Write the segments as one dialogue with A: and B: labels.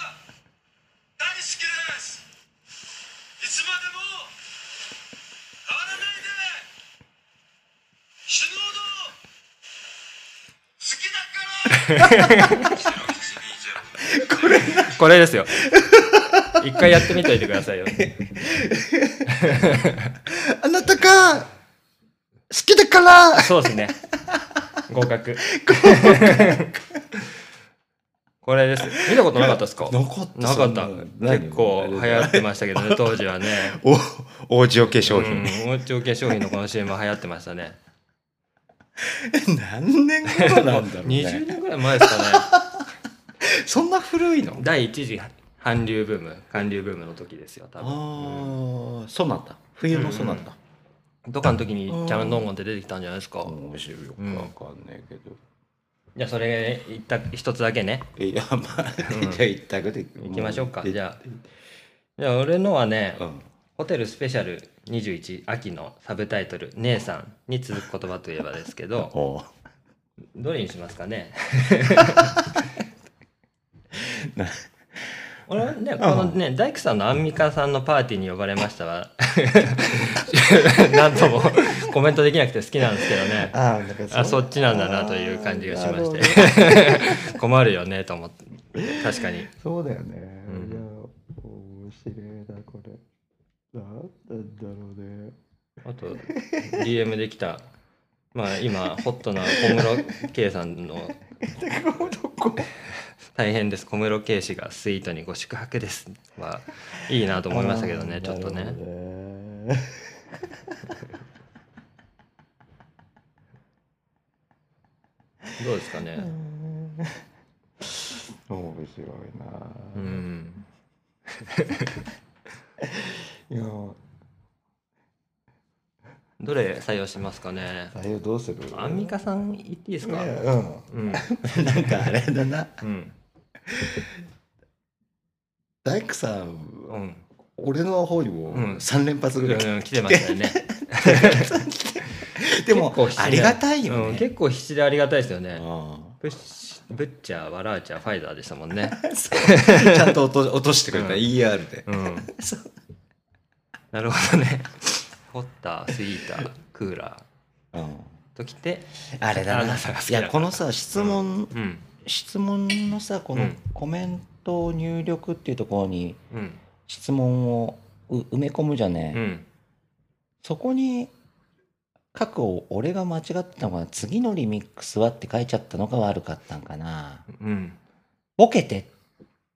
A: 大好きですいつまでも変わらないで死ぬほど好きだから
B: これですよ一回やってみといてくださいよ
C: あなたが好きだから
B: そうですね合格これです見たことなかったですか
C: なかった
B: なかった
C: そんなのないよ
B: 結構流行ってましたけどね当時はね
C: お王子お化粧品、
B: うん、おうちお化粧品のこの CM 流行ってましたね
C: 何年後なん だろう
B: 20
C: ね
B: 年ぐらい前ですかね
C: そんな古いの
B: 第一次韓流ブーム韓流ブームの時ですよ多
C: あ
B: 分
C: ーそうなんだ冬のそうなんだ、
B: うんとかの時にキャノンドンゴンって出てきたんじゃないですか、
C: 面白いよく
B: うん
C: わかんないけど、
B: じゃあそれ一択一つだけね
C: いやまあ、
B: うん
C: じゃあ一択で
B: 行きましょうか
C: も
B: じゃじゃあ俺のはね、
C: うん
B: ホテルスペシャル21秋のサブタイトル「姉さん」に続く言葉といえばですけ ど
C: おう
B: どれにしますかね
C: な
B: 俺はねこのね大工さんのアンミカさんのパーティーに呼ばれました はなんともコメントできなくて好きなんですけどね
C: あーなんか
B: あそっちなんだなという感じがしまして
C: あーなるほど
B: 困るよねと思って確かに
C: そうだよね。
B: うん
C: いや、面白いな、これ。なんなんだろうね。
B: あと DM できたまあ今ホットな小室圭さんの大変です小室圭氏がスイートにご宿泊ですはいいなと思いましたけどねちょっと
C: なる
B: ね
C: ほどね。
B: どうですかね
C: 面白い
B: うん
C: な。いや、
B: どれ採用しますかね
C: あれどうする
B: アンミカさん言っていいです
C: い
B: か
C: や
B: うん
C: うん。なんかあれだな。
B: うん
C: 大工さん、
B: うん
C: 俺の方に
B: う
C: も
B: ん
C: 三連発ぐらい。
B: うん来てましたよ ね
C: でも
B: 結構必死で
C: ありがたいよ
B: うん
C: ね。
B: 結構必死でありがたいですよね
C: 構。
B: ブッシブッチャーワラーチャーファイザーでしたもんね
C: そうちゃんと落と落としてくれた、
B: うん
C: ER で。
B: うん
C: そう
B: なるほどね。ホッター、スイーター、クーラ
C: うん
B: ーときて、
C: あれだ
B: あ
C: な。
B: ないたが好きだから
C: や、このさ、質問
B: うん、
C: 質問のさこ
B: う
C: の
B: ん
C: コメントを入力っていうところに
B: うん、
C: 質問をう埋め込むじゃね、
B: うん。
C: そこに書くを俺が間違ってたのが次のリミックスはって書いちゃったのが悪かったんかな
B: うん、
C: ボケて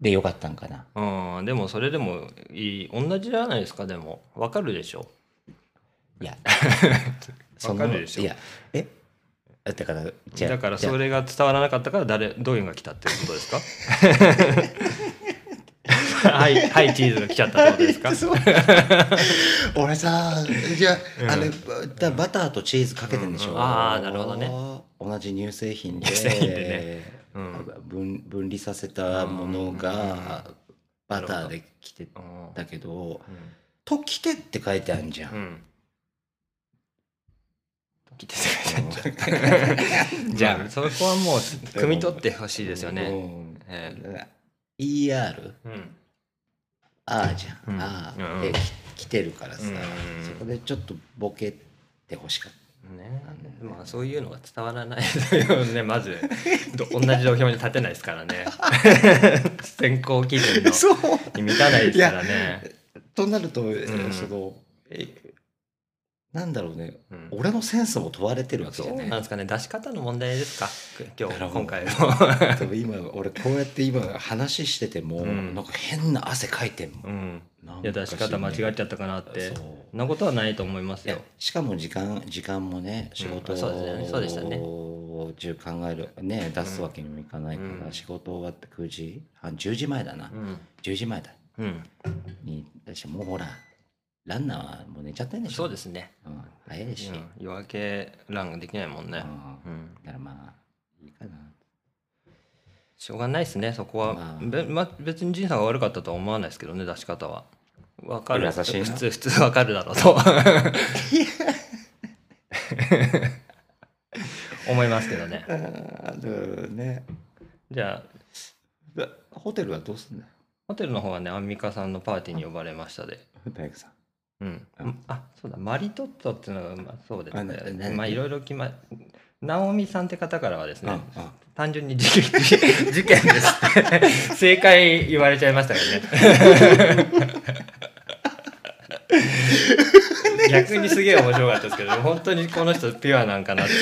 C: でよかったんかな
B: あーでもそれでもいい同じじゃないですかでもわかるでしょ
C: いや
B: わかるでしょ
C: いやえだからじゃあ
B: だから
C: じゃあ
B: それが伝わらなかったから誰どういうのが来たってことです か はいはいチーズが来ちゃったってことです か
C: 俺さじゃあ,、
B: うん
C: あれだバターとチーズかけてんでしょ、
B: うんあーなるほどね
C: 同じ乳製品で
B: 乳製品でうん
C: 分分離させたものがバターできてたけど「ときて」って書いてあるじゃ、
B: うんん来てくれたんじゃん じ
C: じ
B: ゃ
C: ゃ
B: あそこはもう汲み取ってほしいですよね、え
C: あ
B: え
C: ER?
B: うん
C: あーじゃん、
B: うん
C: あ
B: うん
C: ーでき来てるからさ、
B: うん
C: そこでちょっとボケてほしかった
B: ね
C: なんでね、
B: まあそういうのが伝わらないというねま ずど同じ土俵に立てないですから ね選考基準の
C: そう
B: に満たないですからね、
C: となると、
B: ん
C: そのえなんだろうね
B: うん
C: 俺のセンスも問われてるわけじ
B: そ
C: ゃ
B: う
C: な
B: なん
C: い
B: ですかね出し方の問題ですか今日
C: なるほど
B: 今回の
C: でも今俺こうやって今話してても、
B: うん
C: なんか変な汗かいてんも
B: う
C: ん
B: ん
C: なん
B: いや出し方間違えちゃったかなって
C: そう
B: そんなことはないと思います
C: いや
B: よ
C: しかも時間時間もね仕事を、
B: そうですねそうでしたね
C: 中考えるね出すわけにもいかないから、
B: うん
C: 仕事終わって9時半10時前だな、
B: うん、
C: 10時前だ
B: うん、
C: に出してもうほらランナーはもう寝ちゃってんでしょ
B: そうですね、
C: うん、早いし、
B: う
C: うん
B: ん、夜明けランができないもんね、うん、
C: だからまあいいかな
B: しょうがないですねそこは
C: ま、あ
B: べま別に仁さんが悪かったとは思わないですけどね出し方はわかる
C: 優しいな
B: 普通普通わかるだろうと思いますけどね
C: ああだからね
B: じゃあ
C: だホテルはどうすんだよ
B: ホテルの方はね、アンミカさんのパーティーに呼ばれましたで。
C: 大工さん
B: うん
C: うん。
B: あ、そうだ、マリトッツォっていうのが、まあ、そうです
C: あなな
B: ね。まあ、いろいろ決ま、ナオミさんって方からはですね、
C: うんうん
B: 単純に事件事件ですって正解言われちゃいま したからね逆にすげえ面白かったですけど本当にこの人ピュアなんかなって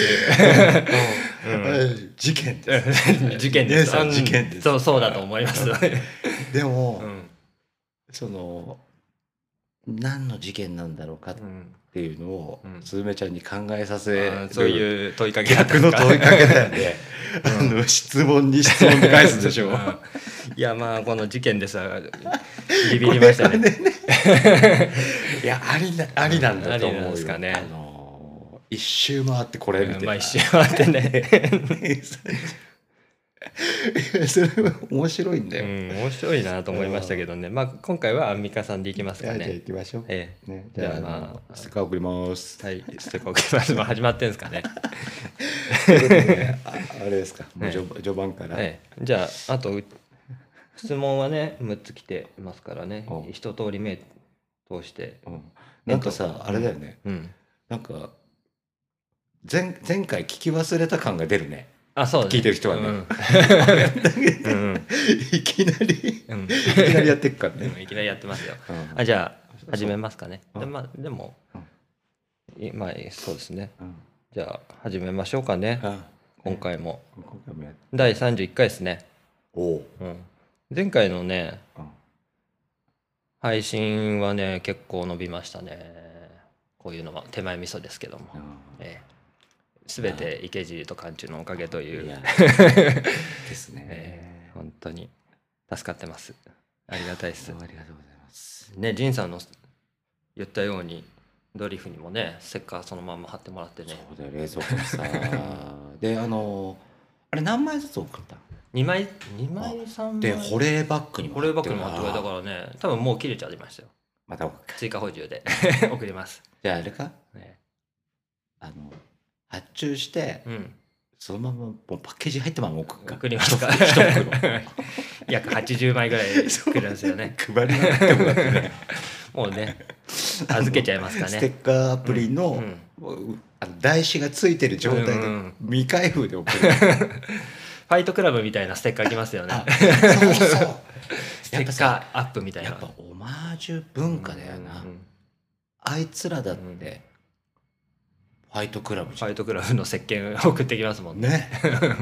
B: いう、
C: 事件で
B: うん、 事件です
C: 姉さん
B: うん
C: 事件です
B: そうそうだと思います、
C: すでも、
B: うん
C: その何の事件なんだろうかっ
B: うん
C: ていうのを、
B: うん
C: スズメちゃんに考えさせ
B: あーそう
C: う
B: いう問いかけだった
C: 逆
B: んです
C: の
B: か
C: 問いかけだよね、
B: うん
C: あの質問に質問で返すでし
B: う
C: ょ、
B: んいやまあこの事件ですはビビりましたね
C: いやありなありなんだと思
B: あり
C: う
B: な
C: よ
B: んですかね
C: あのー一周回ってこれみた
B: う
C: いな、
B: んまあ一瞬待ってね、
C: い やそれは面白いんだ
B: う
C: よ、
B: ん、面白いなと思いましたけどねまあ今回はアンミカさんでいきます
C: じゃ
B: か
C: あじゃあ
B: ね
C: 行きましょう、
B: ええ
C: ね、じゃあ
B: じゃあまあ
C: あのステッカー送ります
B: はい、ステコークリスマス始まってんですかね。
C: ということでねああれです かも
B: え
C: う
B: え
C: 序序盤から、
B: ええ、じゃあ、あと、う質問はね、6つ来てますからね
C: お、
B: 一通り目通して。
C: うんなんかさ、あれだよね
B: うん。
C: なんか前前回聞き忘れた感が出 るね
B: あ、そう、ね、
C: 聞いてる人はね
B: うん。うんうん
C: いきなり
B: うん
C: いきなりやってっからね
B: う、んいきなりやってますよ。
C: うん
B: あじゃあ、始めますかね。
C: うん
B: でまあ、でも、いまあ、そうですね。
C: うん
B: じゃあ、始めましょうかね、
C: あ
B: 今回も。
C: 今回もやっ
B: 第31回ですね。
C: おおう、
B: うん、前回のね、
C: うん
B: 配信はね結構伸びましたねこういうのは手前味噌ですけども、
C: う
B: ええ、全て池尻と館中のおかげとい
C: ん、いうやですね、
B: ええ本当に助かってますありがたいです
C: どうもありがとうございます
B: ね仁さんの言ったようにドリフにもねせっかそのまんま貼ってもらってね
C: そうだよ冷蔵庫にさ であのあれ何枚ずつ送った
B: 2枚二枚3枚
C: で保冷バッグにも
B: 保冷バッグにも貼ってくれた
C: ら
B: からね多分もう切れちゃいましたよ
C: また送るか
B: 追加補充 で送ります、
C: じゃああれか
B: ね
C: あの発注して、
B: うん
C: そのままもうパッケージ入ったまま送るか
B: 送りますか
C: 一袋
B: 約80枚ぐらい作るんですよね
C: 配りなく てもだってね
B: もうね預けちゃいますか
C: ステ
B: ね
C: ッカーアプリ
B: う
C: の,
B: ん
C: う、あの台紙がついてる状態で
B: うんうん
C: 未開封で送 る、
B: ファイトクラブみたいなステッカーきますよね
C: あそ うそう
B: ステ
C: やっ
B: ッ
C: ぱ
B: カ
C: さ
B: ーアップみたいな
C: やっぱオマージュ文化だよな、
B: うんうん
C: あいつらだって、
B: うん
C: ファイトクラブ
B: フ
C: じゃん
B: ァイトクラブの石鹸を送ってきますもんね
C: ねフ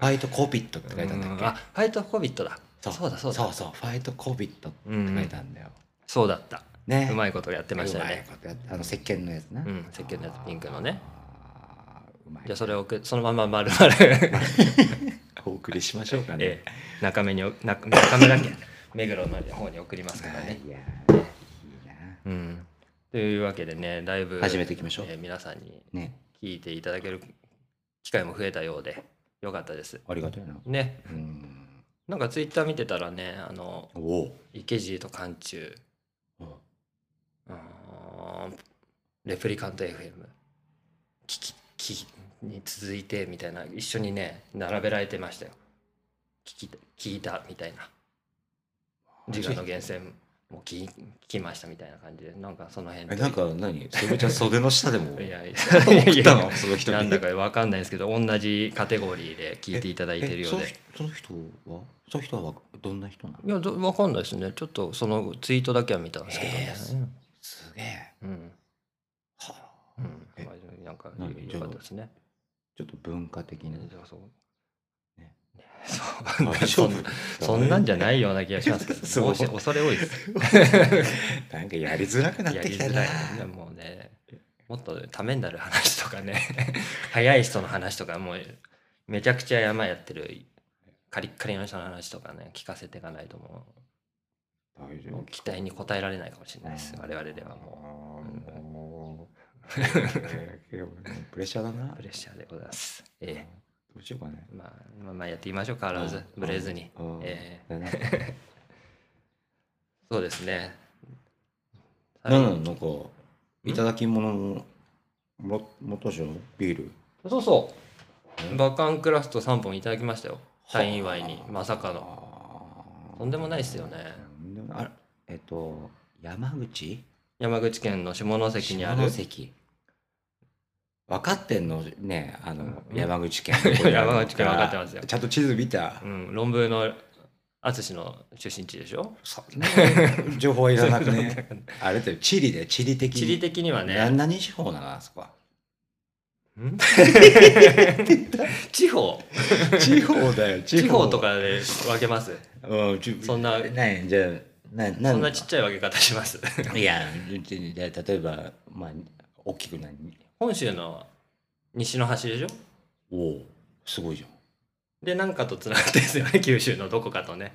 C: ァイトコビットって書いてあるんだっけ、
B: うんあファイトコビットだそうだそうだ
C: そうそうファイトコビットって書いてあるんだよ、
B: そうだった
C: ね
B: う
C: い
B: まいことやってましたよ
C: うま
B: ね
C: いことやってあの石鹸のやつな、
B: うん石鹸のやつピンクのね
C: あーうまい
B: じゃあそれを送そのまま丸々
C: お送りしましょうか ね、
B: ええ中目に中中目だっけ目黒の方に送りますから
C: はい
B: ね
C: いやーいいな
B: うんというわけでねだいぶ
C: 始めていきましょう
B: えー皆さんに
C: ね
B: 聞いていただける機会も増えたようでよかったです
C: ありがたいな
B: ね
C: うん
B: なんかツイッター見てたらねあの
C: おお
B: 池尻と館中うーんレプリカント FM 聞き聞きに続いてみたいな一緒にね並べられてましたよ聞き聞いたみたいな自我の源泉も聞い聞きましたみたいな感じでなんかその辺
C: え
B: で
C: なんか何それじゃ袖の下で も
B: いやいや
C: 送
B: い
C: った
B: や
C: のその人に
B: なんだかわかんないですけど同じカテゴリーで聞いていただいてるようで
C: えその人その人はその人はわかどんな人な
B: い
C: の
B: やどわかんないですねちょっとそのツイートだけは見たんですけどね
C: えーすげえ
B: うんうん
C: はあ
B: うん
C: え
B: まあなんか
C: 何
B: よかったですね
C: ちょっと文化的な
B: そう
C: ね
B: そうなんか
C: 大丈
B: そ
C: 夫
B: んそんなんじゃないような気がしますけ
C: そう
B: ど恐れ恐れ多いです
C: なんかやりづらくなって
B: やり
C: きた
B: づ
C: な
B: らいいやもうねもっとためになる話とかね 早い人の話とかもうめちゃくちゃ山やってるカリッカリの人の話とかね聞かせていかないとも
C: 大
B: う
C: 丈
B: もう期待に応えられないかもしれないです我々ではもうう
C: もうもうえープレッシャーだな
B: プレッシャーでございます。え
C: どうしようかね
B: えまあ、まあ、まあやっていきましょう、変わらず、ブレずに。
C: うん
B: ええ
C: だな
B: そうですね。
C: なんなのなんかいただき物のも元賞ビール
B: そうそうう。バカンクラフト3本いただきましたよ。サイン祝いに、まさかの。
C: あ
B: とんでもないっすよね
C: とんでもないあえっと山口
B: 山口県の下関にある
C: 下関分かってんのねあの、
B: うん
C: 山口県
B: 山口県分かってますよ
C: ちゃんと地図見た
B: う、ん、論文の淳の出身地でしょ
C: そんな情報はいら なくねあれって地理で地理的に
B: 地理的には
C: な
B: ね
C: 何地方なのあそこは
B: ん地方
C: 地方だよ
B: 地方とかで分けます
C: うんち
B: そんな
C: ねじゃあなな
B: そんなちっちゃい分け方します
C: いやじゃあ例えばまあ大きく何
B: 本州の西の端でしょ
C: おおすごいじゃん
B: でなんかとつながってるんですよね 九州のどこかとね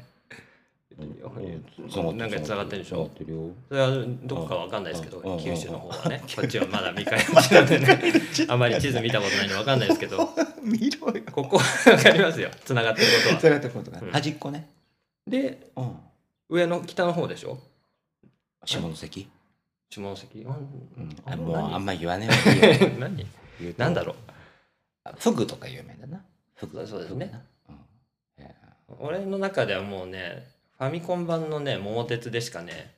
C: うん
B: なんか繋がってるでしょ
C: 繋がってる よ
B: それはどこかわかんないですけど
C: うんうん
B: 九州の方はねこっちはまだ未開発なんで ねあまり地図見たことないんでわかんないですけど
C: 見ろよ
B: ここはわかりますよつながってる ことは
C: 繋がってることが
B: うん
C: 端っこね
B: で
C: うん
B: 上の北の方でしょ
C: 下関
B: 下関
C: うん
B: あ
C: あもうあん
B: ま
C: ま言わね えよ
B: 何
C: 言うと
B: 何だろう
C: あフグとか有名だなフグ
B: そうですね
C: フグなうんいや
B: 俺の中ではもうねファミコン版のね桃鉄でしかね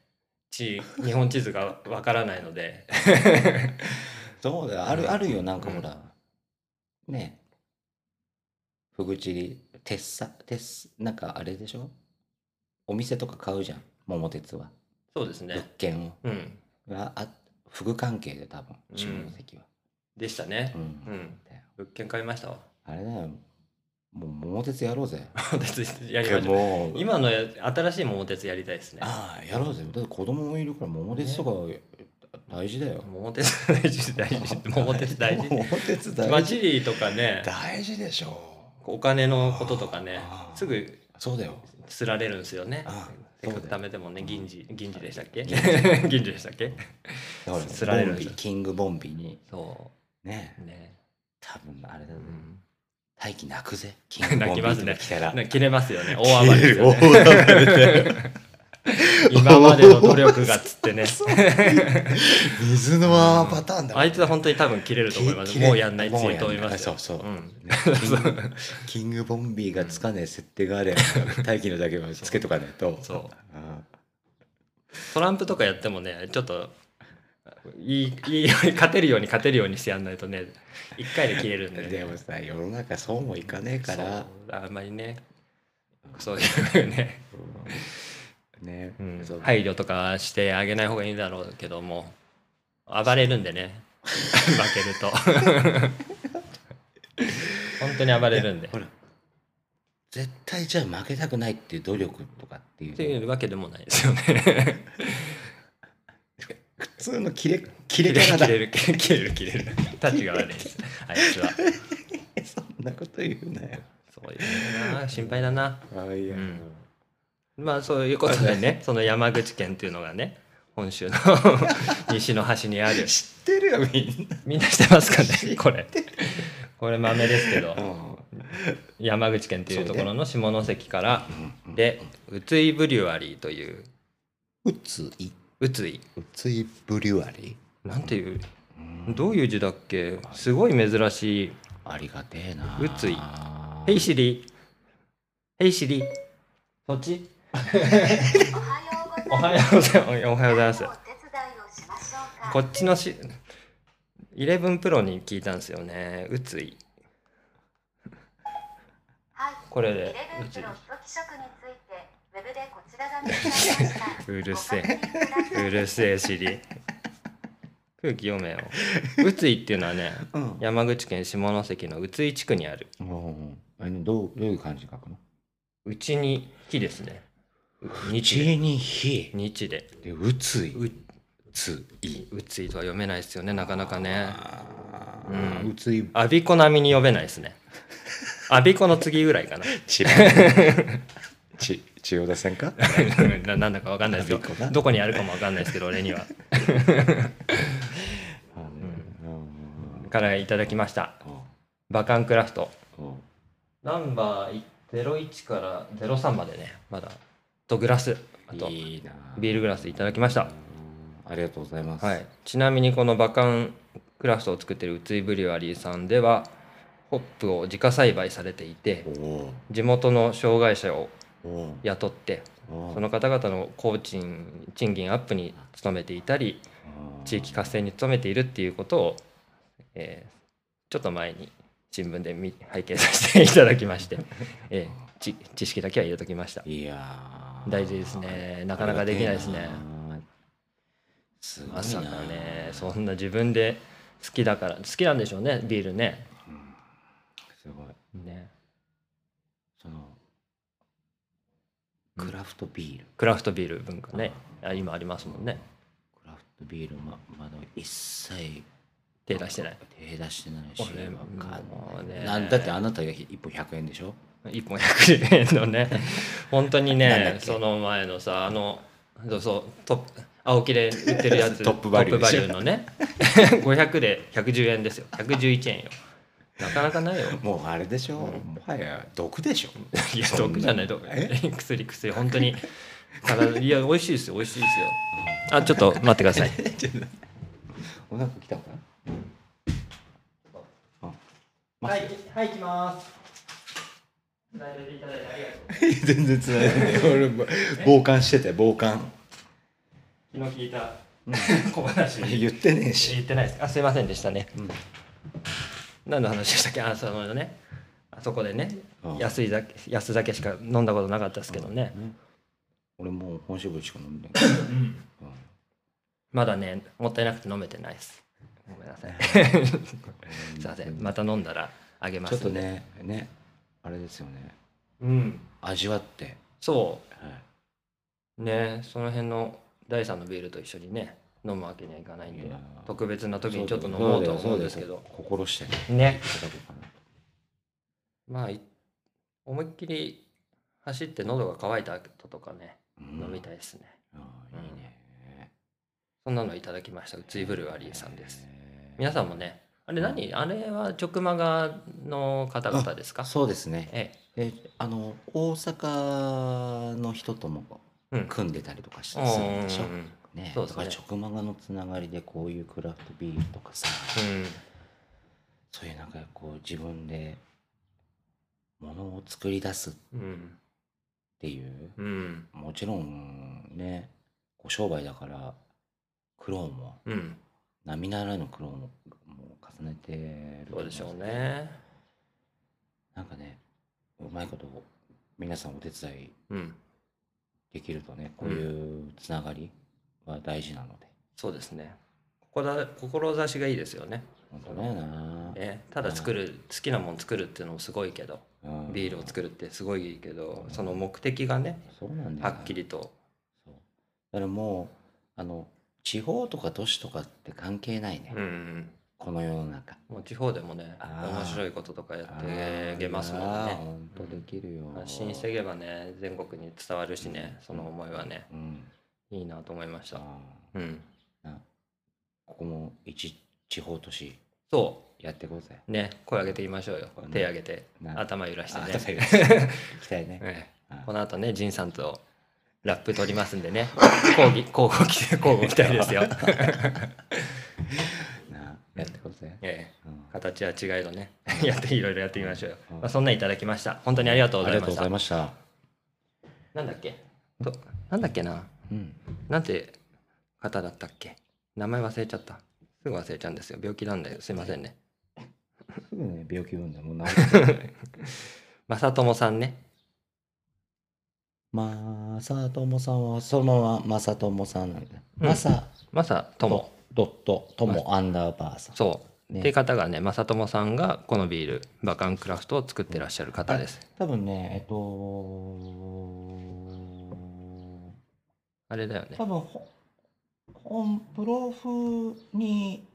B: 地日本地図がわからないので
C: そうだよあ
B: うん
C: るあるよなんかほらねえフグチリ鉄砂鉄砂なんかあれでしょお店とか買うじゃん桃鉄は
B: そうです
C: 物
B: ね
C: 件を
B: うん
C: があフグ関係で多分下関は
B: でしたね
C: う
B: うんん
C: だよ
B: 物件買いました わ
C: あれだよもう桃鉄やろうぜ
B: 桃鉄やりましょう
C: もう
B: 今のや新しい桃鉄やりたいですね
C: ああやろうぜだって子供もいるから桃鉄とか大事だよ、
B: 桃鉄大事 大事 桃鉄大事
C: 桃鉄
B: バ
C: 大
B: チ
C: 事
B: リとかね
C: 大事でしょ
B: お金のこととかね
C: あー
B: すぐ
C: そうだよ
B: すられるんですよね
C: あ
B: せ
C: ー
B: っか
C: そう
B: く
C: だ
B: 貯
C: よ
B: めてもね銀次銀次でしたっけ
C: 銀
B: 銀次でしたっけ
C: だから
B: すられるん
C: ボン
B: ですよ
C: ビーキングボンビーに
B: そ
C: ね
B: うね
C: 多分あれだ
B: う
C: ね
B: ん
C: 大気泣くぜキングボ ン
B: 泣き
C: ビー
B: ま
C: と
B: す
C: か
B: ね
C: 来たら
B: ね切れますよね大暴れですよね
C: 大暴れで
B: 今までの努力がっつってね
C: 水の泡パターンだ
B: あいつは本当に多分切れると思います
C: 切れ
B: もうやんないって言うと思いますよ
C: もうやんないそうそうんね キングボンビーがつかねえ設定があれば 大気のだけはつけとかないと
B: そう
C: あ
B: トランプとかやってもねちょっといいいいように勝てるように勝てるようにしてやんないとね一回で切れるん
C: あ
B: で、ね、
C: でもさ世の中そうもいかねえ
B: そ
C: か
B: う
C: ら
B: あんまりねそういうね、
C: ね
B: うん
C: そう
B: 配慮とかしてあげない方がいいんだろうけども暴れるんでね 負けると 本当に暴れるんで
C: ほら絶対じゃあ負けたくないっていう努力とかっていう
B: って
C: の
B: いうわけでもないですよね。
C: 普通の キレキ
B: 切
C: レ
B: れる
C: 方だ
B: 切れる切れる切れる。タッチが悪いです。あいつは。
C: そんなこと言うなよ
B: そういうな心配だな。
C: あいや
B: うんまあそういうことでね、その山口県っていうのがね、本州の 西の端にあ る。
C: 知ってるよみんな
B: みんなしてますかね、これ。これ豆ですけど、山口県っていうところの下関から、で、宇津井ブリュワリーという、
C: うつい
B: 宇津井。
C: うついブリュアリ
B: なんていう、
C: ー
B: どういう字だっけすごい珍しい。
C: ありがてえな
B: うつい
C: は
B: Hey Siri。Hey Siri。そっち
D: おはようござい
B: お
D: ます。
B: はようございます。おはようございます
D: お。手伝いをしましょうか。
B: こっちのし、11プロに聞いたんですよね。うつい。
D: はい。
B: これで
D: イレブンプロ
B: う
D: 初期職について、ウェブでこちらが見つかりまし た。
B: うるせえ
D: ご確認くださいう
B: るせえシ リ。空気読めよ。うついっていうのはね、
C: うん
B: 山口県下関のうつい地区にある。
C: うんあのどうどういう漢字書くの
B: うちに火ですね。日で。
C: 地に火
B: 日で。
C: でうついうついう
B: ついとは読めないですよね、なかなかね。
C: あ
B: うん
C: ーうつい
B: アビコ並みに読めないです ね。アビコの次ぐらいかな。
C: 千 千代 田線か
B: ななんだかわかんないです
C: アビ
B: け
C: コな
B: ど、どこにあるかもわかんないですけど、俺には。
C: うん
B: からいただきました。バカンクラフト。ナンバー01から03までね、まだ。とグラス、あと
C: いいな
B: ビールグラスいただきました。
C: ありがとうございます
B: はい、ちなみにこのバカンクラフトを作ってる宇津井ブリュワリーさんでは、ホップを自家栽培されていて
C: お、お
B: 地元の障害者を
C: うん
B: 雇って
C: うん
B: その方々の工賃賃金アップに努めていたり
C: うん
B: 地域活性に努めているっていうことを、えーちょっと前に新聞で見拝見させていただきまして、えーち知識だけは入れときました
C: いやー
B: 大事ですねなかなかできないですね
C: ありがてえなすごいな
B: まさかねそんな自分で好きだから好きなんでしょうねビールね
C: うんすごい
B: ね
C: そのクラフトビール
B: クラフトビール文化ねあ今ありますもんね
C: クラフトビールままだ一切
B: 手出してない
C: 手出してないし
B: あれ
C: わか
B: もうんね
C: なんだってあなたが1本100円でしょ
B: 1本100円の ね本当に
C: なんだっ
B: ね
C: け
B: その前のさあのそうそうトップ青木で売ってるやつ
C: トップバリュー
B: トップバリューの ね500で110円ですよ111円よなかなかないよ
C: もうあれでしょもはや毒でしょ
B: いや毒じゃない毒
C: え
B: 薬薬本当に体いや美味しいですよ美味しいですよあちょっと待ってください
C: お腹きたかなあマジで
B: はい行きます伝えていただいてありがとう
C: 全然つないでない俺も傍観してて傍観
B: 昨日聞いた小話
C: 言ってねえし
B: 言ってないですかあすいませんでしたね、何の話でしたっけ あそのねあそこでね
C: うん
B: 安い酒安酒しか飲んだことなかったですけどね、
C: 俺もう本搾りしか飲ん で
B: まだねもったいなくて飲めてないですごめんな さいすいませんまた飲んだらあげま
C: ちょ
B: す
C: っとねねあれですよね
B: うん
C: 味わって
B: そ
C: は
B: うねその辺の第三のビールと一緒にね飲むわけにはいかないん
C: い
B: で
C: やー
B: 特別ない時にちょっと飲もうとは思うんですけ
C: そう
B: ど
C: だよ心してい
B: ね
C: ただこうかな
B: まあい思いっきり走って喉が渇いた後とかね飲みたいですね、
C: うんあーいいね
B: そんなのいただきました。ツイブルワリーさんです。
C: へー
B: 皆さんもね、あれ何、あれは直マガの方々ですか
C: そうですね
B: ええ、
C: えあの大阪の人とも
B: うん
C: 組んでたりとかして
B: うん
C: するでしょ、
B: うん
C: ね、
B: そう
C: だ
B: です
C: か
B: ね
C: ら直漫画のつながりでこういうクラフトビールとかさそういうなんかこう自分でものを作り出すっ
B: うん、
C: ていう
B: うん、うん、
C: もちろんねこう商売だから苦労も
B: うん、
C: 並ならぬ苦労ももう重ねてると
B: そ
C: 思
B: うんでし
C: け
B: ょう
C: ど
B: ね。
C: なんかねうまいこと皆さんお手伝い
B: うん、
C: できるとねこういうつながりは大事なので、
B: そうですね。ここだ志がいいですよね。
C: 本当だよな、
B: えただ作る、好きなもん作るっていうのもすごいけど、
C: うん
B: ビールを作るってすごいけど、その目的がね、
C: そうなんだよ
B: は
C: な
B: っきりと。
C: そうだからもうあの地方とか都市とかって関係ないね、
B: うん、
C: この世の中
B: もう地方でもね、
C: あー
B: 面白いこととかやっていけますもん
C: あー
B: ね。
C: 本当できるよ、
B: 発信していけばね全国に伝わるしねその思いはね
C: うん
B: いいなと思いました
C: あ
B: うん
C: ーなここも一地方都市
B: そ
C: やっていこうぜ
B: うね声上げていきましょうよ
C: うん
B: 手上げて
C: な
B: 頭揺らして
C: あ
B: ね
C: 頭揺らして行きたいね、
B: え
C: あ
B: えこの後ねジンさんとラップ取りますんでね講義交互来て交互期待 ですよ
C: なやっていこうぜ、
B: ええ
C: うん
B: 形は違いどね やっていろいろやってみましょうよ
C: うん
B: まあそんなんいただきました本当にありがとうご
C: あ
B: ざ
C: り
B: い
C: が
B: ま
C: とう
B: し
C: ござ
B: た
C: いました、
B: なんだっけとなんだっけな
C: うん、
B: なんて方だったっけ名前忘れちゃったすぐ忘れちゃうんですよ病気なんだよすいません ね
C: すぐね病気分でもう治る
B: 正友さんね
C: まさともさんはそのまままさともさんなんだよ
B: うん
C: まさ
B: まさとも
C: ドットともアンダーバーさん
B: そう、
C: ね
B: っていう方がねまさともさんがこのビールバカンクラフトを作ってらっしゃる方です、
C: 多分ねえっと
B: あれだよね
C: 多分ほ本プロフに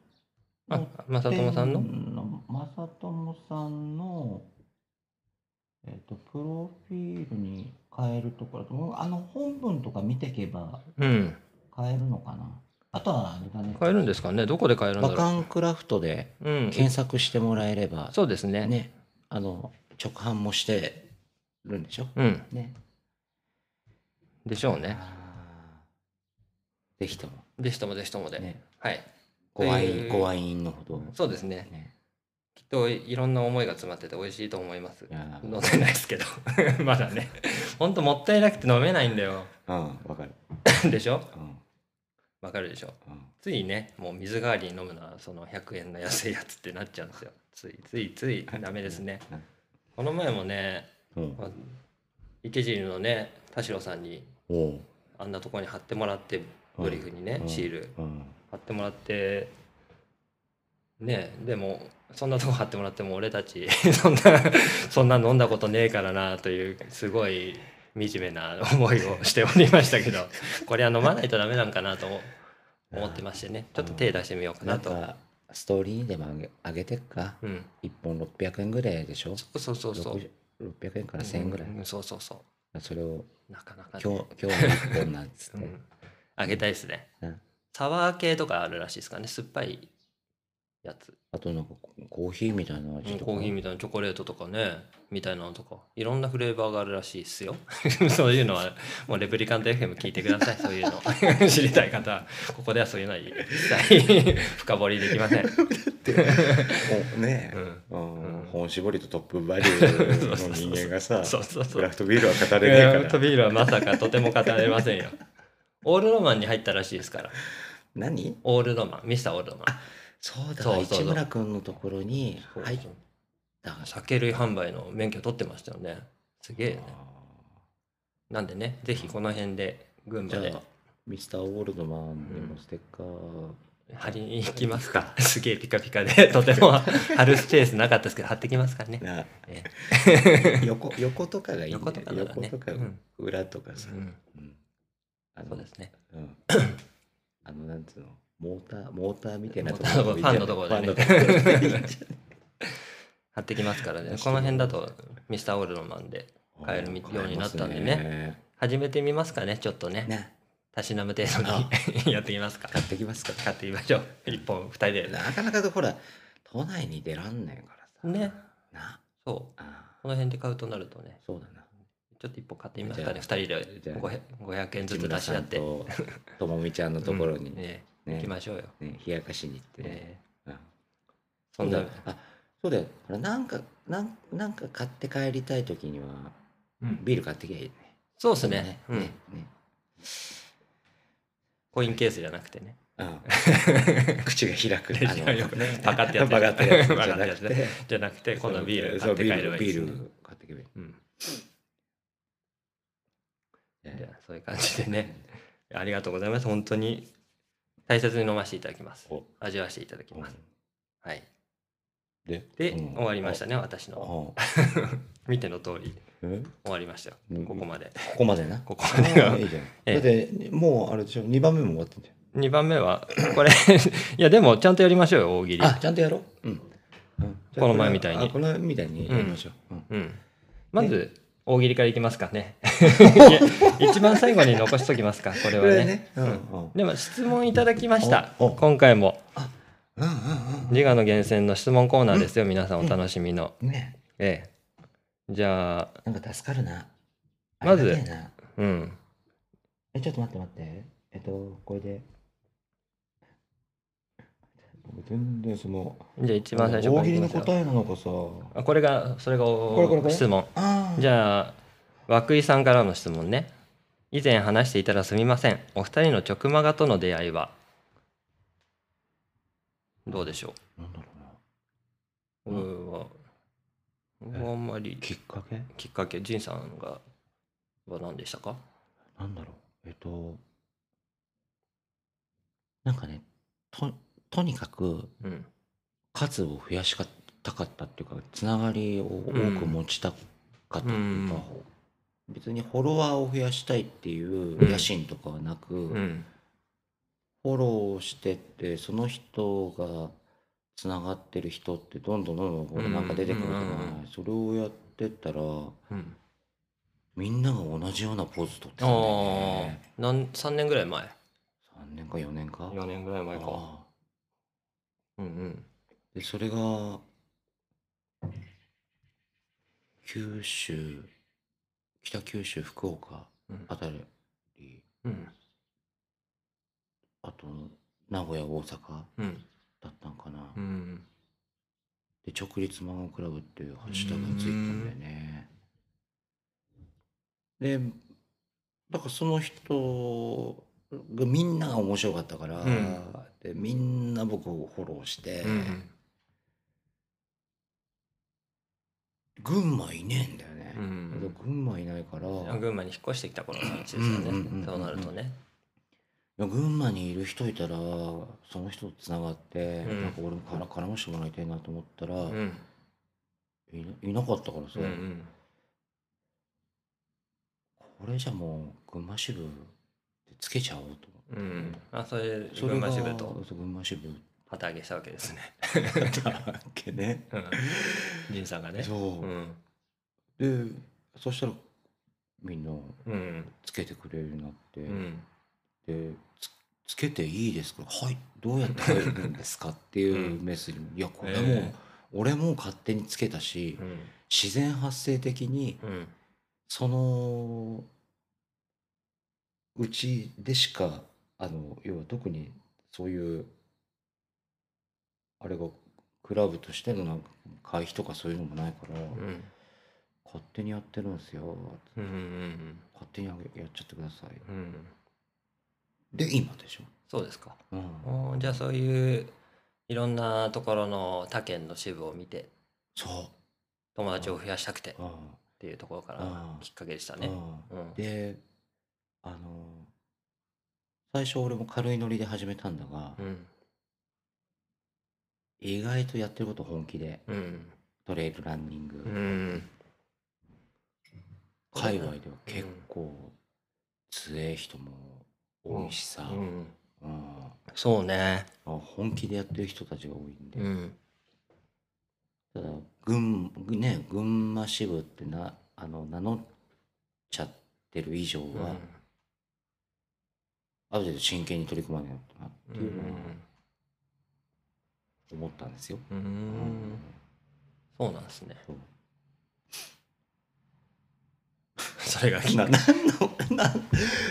B: あまさともさんの
C: まさともさんのえっとプロフィールに変えるところだと思うあの本文とか見ていけば
B: うん
C: 変えるのかなあとはあれだね
B: 買えるんですかねどこで買えるんだ
C: バ
B: ろ
C: カンクラフトで
B: う、うん、
C: 検索してもらえれば
B: そうですね
C: ねあの直販もしてるんでしょ
B: うん
C: ね
B: でしょうね
C: あーぜひとも
B: ぜひともぜひともで、
C: ね
B: はい
C: ご愛
B: え
C: 飲
B: ー
C: ご愛飲のほど
B: そうですね
C: ね
B: きっといろんな思いが詰まってて美味しいと思います
C: いやー
B: 飲んでないですけど まだねほんともったいなくて飲めないんだよ
C: うん、わかる。
B: でしょ
C: うん、
B: わかるでしょ
C: うん。
B: ついねもう水代わりに飲むのはその100円の安いやつってなっちゃうんですよついついついダメですね
C: うん
B: この前もね
C: うん。
B: まあ池尻のね田代さんに
C: おう。
B: あんなとこに貼ってもらってブリーフにね
C: うん
B: シール
C: うん。
B: 貼ってもらってねでもそんなとこ貼ってもらっても俺たち そんなそんな飲んだことねえからなというすごい惨めな思いをしておりましたけ どこれは飲まないとダメなんかなと思ってましてねちょっと手出してみようか
C: な
B: なんと。
C: か、ストーリーにでもあげあげてっか。
B: うん、
C: 一本600円ぐらいでしょ
B: そうそうそう
C: 60 600円から1000円ぐらい。
B: うんそうそうそ
C: それを
B: うなかなかね
C: 今日、今日の一本なんつっ
B: う
C: て。
B: ん、あげたいですね、
C: うん
B: サワー系とかあるらしいですかね酸っぱいやつ
C: あとなんかココーヒーみたいな味とか。
B: コーヒーみたいなチョコレートとかねみたいなのとかいろんなフレーバーがあるらしいっすよ そういうのはもうレプリカント FM 聞いてくださいそういうの 知りたい方はここではそういうのは一切 深掘りできません、
C: おね
B: う
C: え、
B: ん
C: う
B: う
C: ん
B: ん
C: 本絞りとトップバリューの人間が さ
B: そうそうそ
C: ク
B: う
C: ラフトビールは語れ
B: い
C: ね
B: や
C: えか
B: ト
C: ら
B: ビールはまさかとても語れませんよオールロマンに入ったらしいですから
C: 何
B: オールロマンミスターオールロマン
C: そうだ
B: そうそうそう
C: 市村君のところに入った
B: 酒類販売の免許取ってましたよねすげえよねなんでねぜひこの辺で群
C: じ
B: 馬
C: ゃ
B: で
C: あミスターオールドマンにもステッカー、
B: 貼りに行きますか すげえピカピカで とても貼るスペースなかったですけど貼ってきますからね
C: な
B: え
C: 横横とかがいいんだよ
B: 横とかだね
C: 横とか
B: うん
C: 裏とかさ、
B: うん
C: うんあ
B: そ
C: の
B: うですね
C: うんあのなんつうのモーターモーターみたいな
B: モーターの
C: 置いてあ
B: ファ
C: る
B: ンのとこ
C: フ
B: ろでね
C: ァンのところでいいじ
B: 貼ってきますからね
C: 確か
B: こ
C: に
B: の辺だとミスターオールドマンで
C: ゃん
B: 買えるようになったんでね
C: 買え
B: 始めてみますかねちょっとね
C: ますねな
B: たしなむ程度に やってみますか
C: 買ってきますか
B: 買ってみましょう1本2人で
C: なかなかほら都内に出らんねえからさ
B: ね
C: な
B: そう
C: あ
B: この辺で買うとなるとね
C: そうだな
B: ちょっと1本買ってみますかね2人
C: じ
B: で
C: ゃあ
B: 500 500円ず
C: 木
B: つ出
C: 村
B: し合
C: さ
B: っ
C: ん
B: て
C: とともみちゃんのところに
B: うん
C: ね
B: ええ行きましょうよ
C: ね冷やかしに行ってね
B: ええ
C: うん
B: そん
C: だ
B: な
C: よあそうだよほらなんかなんなんか買って帰りたい時には
B: うん
C: ビール買ってきゃいいね
B: そうですねう
C: ね
B: ん
C: ねね
B: コインケースじゃなくてね
C: うん口が開く
B: いやいや
C: ね
B: バカってやつ
C: バカってやつじ
B: バカ
C: ゃ
B: って
C: な
B: や
C: く
B: つ
C: て
B: じゃなくて今度はビール
C: そ
B: 買
C: う
B: って帰ればいいで
C: ビー
B: す
C: ルビ
B: ね
C: ール買ってけばいい
B: うんじゃ
C: ね
B: あそういう感じでねありがとうございます本当に大切に飲ませていただきます
C: お
B: 味わわせていただきますはい
C: で
B: で
C: うん
B: 終わりましたね私
C: ああ
B: の見ての通り
C: え
B: 終わりましたよ
C: うん
B: ここまで
C: ここまでな
B: ここまでが
C: ああいいじゃん
B: ええ
C: だってもうあれでしょ2番目も終わってんじ
B: 2番目はこれ いやでもちゃんとやりましょうよ大喜利
C: ゃんあちゃんとやろううんうん
B: この前みたいに
C: あこの前みたいにやりましょううん
B: うんまず大喜利からいきますか ねいや一番最後に残しときますかこれ
C: こ
B: は
C: れ
B: ね
C: ねうんうん
B: でも質問いただきました
C: おお
B: 今回も
C: うんうん
B: 自我の源泉の質問コーナーですよ皆さんお楽しみの、
C: うんね
B: ええじゃあ
C: なんか助かるな。
B: まず
C: ありがたいな
B: うん
C: え、ちょっと待って待って。えっと、これで。全然その、
B: じゃあ一番最初
C: 大喜利の
B: え
C: 答えなのかさ。
B: あこれがそれが
C: これこれこれ
B: 質問
C: ああ。
B: じ
C: ゃ
B: ゃあ涌井さんからの質問ね以前話していたらすみませんお二人の直マガとの出会いはどうでしょ
C: なんだろうな。
B: う、うん、は僕はあんまり
C: きっかけ
B: きっかけ仁さんがは何でしたか
C: なんだろう。えっと、なんかね、と、とにかく
B: うん
C: 数を増やしたかったっていうか、つながりを多く持ちたかったっていうか、別にフォロワーを増やしたいっていう野心とかはなく、
B: うん
C: フォローしてってその人がつながってる人ってどんどんどんどんこ
B: う
C: れ
B: ん
C: なんか出てくるじゃない、
B: うん
C: それをやってったら
B: うん
C: みんなが同じようなポーズ取ってたんだよ
B: あ
C: ね
B: あ、なん、三年ぐらい前。
C: 3年か4年か
B: 四年ぐらい前か。
C: ああ
B: うんうん。
C: でそれが九州北九州福岡
B: うん
C: あたり
B: うん。
C: あと名古屋大阪
B: うん。
C: だったんかな、
B: うん。
C: で直立マンゴークラブっていうハッシュタグがついてたんだよねでだからその人がみんなが面白かったから、
B: うん
C: でみんな僕をフォローして、
B: うん
C: 群馬いねえんだよね、
B: うん
C: で群馬いないからい
B: 群馬に引っ越してきた頃の話ですよ
C: うんうんうんうんう
B: ね
C: ん
B: そうなるとね
C: や群馬にいる人いたらその人とつながって、
B: うん
C: なんか俺もから絡ましてもらいたいなと思ったら、
B: うん
C: いないなかったからさ、
B: うんうん
C: これじゃもう群馬支部ってつけちゃおうと思って。
B: うんあそれ
C: それ
B: 群
C: が
B: 馬支部と
C: そう群馬支部
B: 旗揚げしたわけですね
C: だっ けね。
B: うん仁さんがね
C: そうう、
B: ん
C: でそしたらみんな
B: うん
C: つけてくれるようになって、
B: うん
C: でつつけていいですかはいどうやって入るんですかっていううメッセージも、いやこれも、
B: ええ
C: 俺も勝手につけたし、
B: うん
C: 自然発生的に
B: うん
C: そのうちでしかあの要は特にそういうあれがクラブとしてのなんか会費とかそういうのもないから、
B: うん
C: 勝手にやってるんですよ
B: うんうん
C: 勝手にややっちゃってください
B: うんうん
C: で今でしょ、
B: そうですか
C: うん
B: おーじゃあそういういろんなところの他県の支部を見て
C: そ
B: 友達を増やしたくてっ
C: う、うん
B: ていうところから
C: うん
B: きっかけでしたね。
C: う
B: うん
C: んであの最初俺も軽いノリで始めたんだが、
B: うん
C: 意外とやってること本気で
B: うん
C: トレイルランニング、
B: うん
C: 界隈では結構強え人も多いしさ、
B: う
C: うん
B: んそうね。
C: あ本気でやってる人たちが多いんで、
B: うん
C: ただ群,、ね、群馬支部ってなあの名乗っちゃってる以上は、ある程度真剣に取り組まないとなっていうのは思ったんですよ。
B: うんうんそうなんですね。
C: そう
B: それがき
C: ななんのなん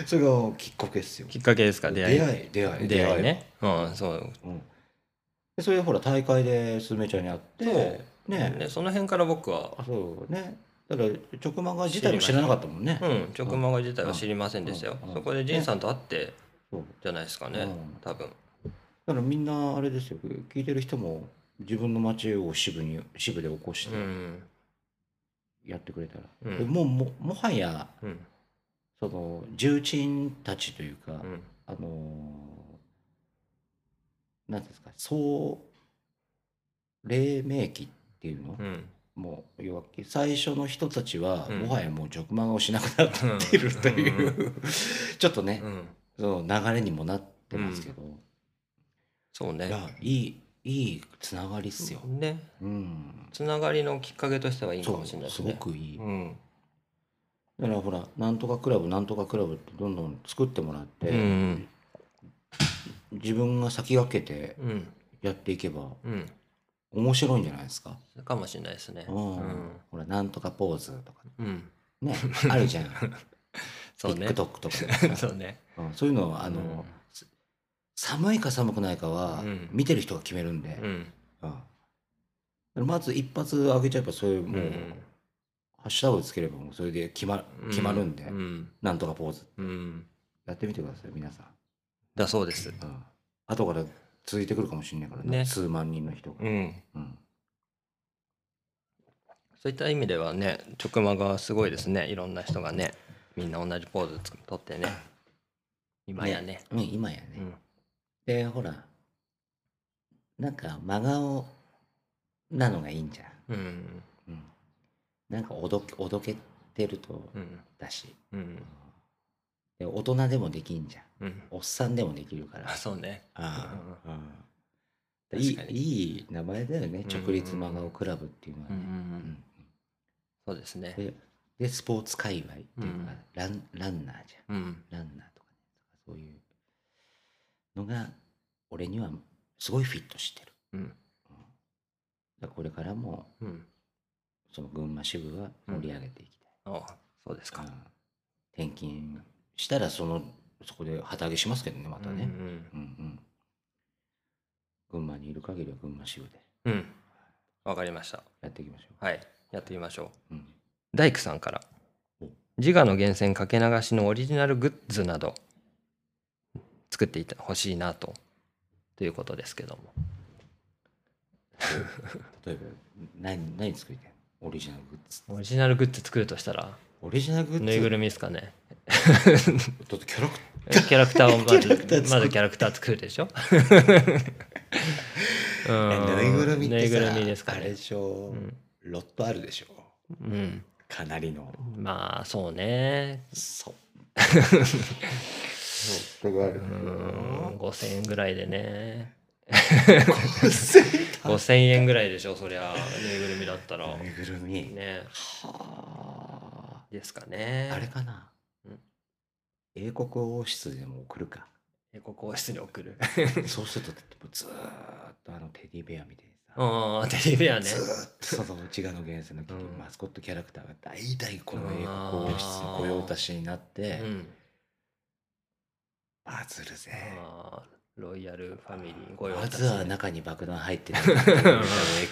C: それがきっかけですよ。
B: きっかけですか出
C: 出
B: 会い。
C: 会い出会い
B: 出会いね。うんそう。
C: うん、でそれでほら大会でスズメちゃんに会って
B: そう
C: ね
B: ねその辺から僕は
C: あそうねだから直マガ自体も知らなかったもんね、
B: うん直マガ自体は知りませんでしたよ
C: うん。うん
B: そこで仁さんと会って
C: そう
B: じゃないですか
C: う
B: ね
C: ん
B: 多分。
C: だからみんなあれですよ聞いてる人も自分の町を支部に支部で起こし
B: う
C: て
B: ん
C: やってくれたら、
B: うん
C: でもうももはや
B: うん
C: その重鎮たちというか、
B: うん
C: あのーなんていうんですか総黎明期っていうの、
B: うん
C: もう要は最初の人たちは、
B: うん
C: もはやもう直漫をしなくなってるという、
B: う
C: ちょっとね、
B: うん
C: その流れにもなってますけど、
B: そうね
C: い。やいいいいつながりっすよ、
B: ね
C: うん、
B: つながりのきっかけとしてはいいか
C: そ
B: もしれないうです
C: す
B: ね。
C: ごくいい、
B: うん
C: だからほらなんとかクラブなんとかクラブってどんどん作ってもらって、
B: うん
C: 自分が先駆けて
B: うん
C: やっていけば
B: うん
C: 面白いんじゃないですか、
B: かもしれないですね。
C: う
B: うんん
C: ほらなんとかポーズとか
B: うん
C: ねあるじゃん、
B: そうね。
C: TikTok と か
B: そうね。
C: うんそういうのはあの、
B: うん
C: す寒いか寒くないかは
B: うん
C: 見てる人が決めるんで、
B: うん
C: うんだからまず一発上げちゃえばそういうもう、
B: うん
C: ハッシュタグつければもうそれで決ま決まるんで、
B: うん
C: なんとかポーズ
B: うん
C: やってみてください皆さん、
B: だそうです。
C: うん、後から続いてくるかもしれないからね
B: ね
C: 数万人の人
B: う
C: が、
B: ん
C: うん
B: そういった意味ではね直間がすごいですね。いろんな人がねみんな同じポーズつとってね今やね。
C: うん今やね、
B: うん
C: でほらなんか真顔なのがいいんじゃん、
B: うん
C: うん、なんかおどけおどけてると
B: うん
C: だし、
B: うん
C: で大人でもできんじゃん
B: うん
C: おっさんでもできるから
B: あそうね。
C: ああ
B: うん
C: い
B: 確か
C: い
B: に
C: いい名前だよね直立真顔クラブっていうのは
B: うんうんう
C: ね、
B: んそうですね。
C: ででスポーツ界隈っていうか、
B: うん
C: ランランナーじ
B: うん
C: ゃんランナーとかねそういうのが俺にはすごいフィットしてる
B: うん
C: だからこれからも
B: うん
C: その群馬支部は盛り上げていき
B: あそうです
C: た
B: か
C: い、。転勤したらそのそこで旗揚げしますけどねまたね、
B: うん
C: うんうん。群馬にいる限りは群馬支部で
B: うんうん。わかりました。
C: やっていきましょ
B: はい。やってみましょう。
C: う。うん。
B: 大工さんから
C: お
B: 自我の源泉かけ流しのオリジナルグッズなど作っていたほしいなとということですけども
C: 例えば何何作りたいのオリジナルグッズ
B: オリジナルグッズ作るとしたら
C: オリジナルグッズ
B: ぬいぐるみですかね
C: だってキャラク
B: キャラクターをま
C: キャラクター作る
B: ずまずキャラクター作るでし ょう
C: ター
B: ん
C: ぬいぐるみっ
B: ぬ
C: て
B: いぐ
C: さ
B: るみですか
C: あれ
B: ね
C: でしょ、
B: うん
C: ロットあるでしょ
B: うん
C: かなりの
B: まあそうね
C: そうロットがある
B: うーん5000円ぐらいでね
C: 5000
B: 5000円ぐらいでしょそりゃぬいぐるみだったら
C: ぬい
B: ね
C: ぐるみ、は
B: ですかね
C: ああれかな、
B: うん
C: 英国王室でも送るか
B: 英国王室に送る
C: そうするとずーっとあのテディベアみたいにさ
B: ああテレビはね
C: ずーっとその内側の原生の時
B: うん
C: マスコットキャラクターが代々この英国王室の御用達になって
B: うん
C: バズるぜ
B: あーロイヤルファミリーご用
C: ま
B: 達
C: ずは中に爆弾入ってる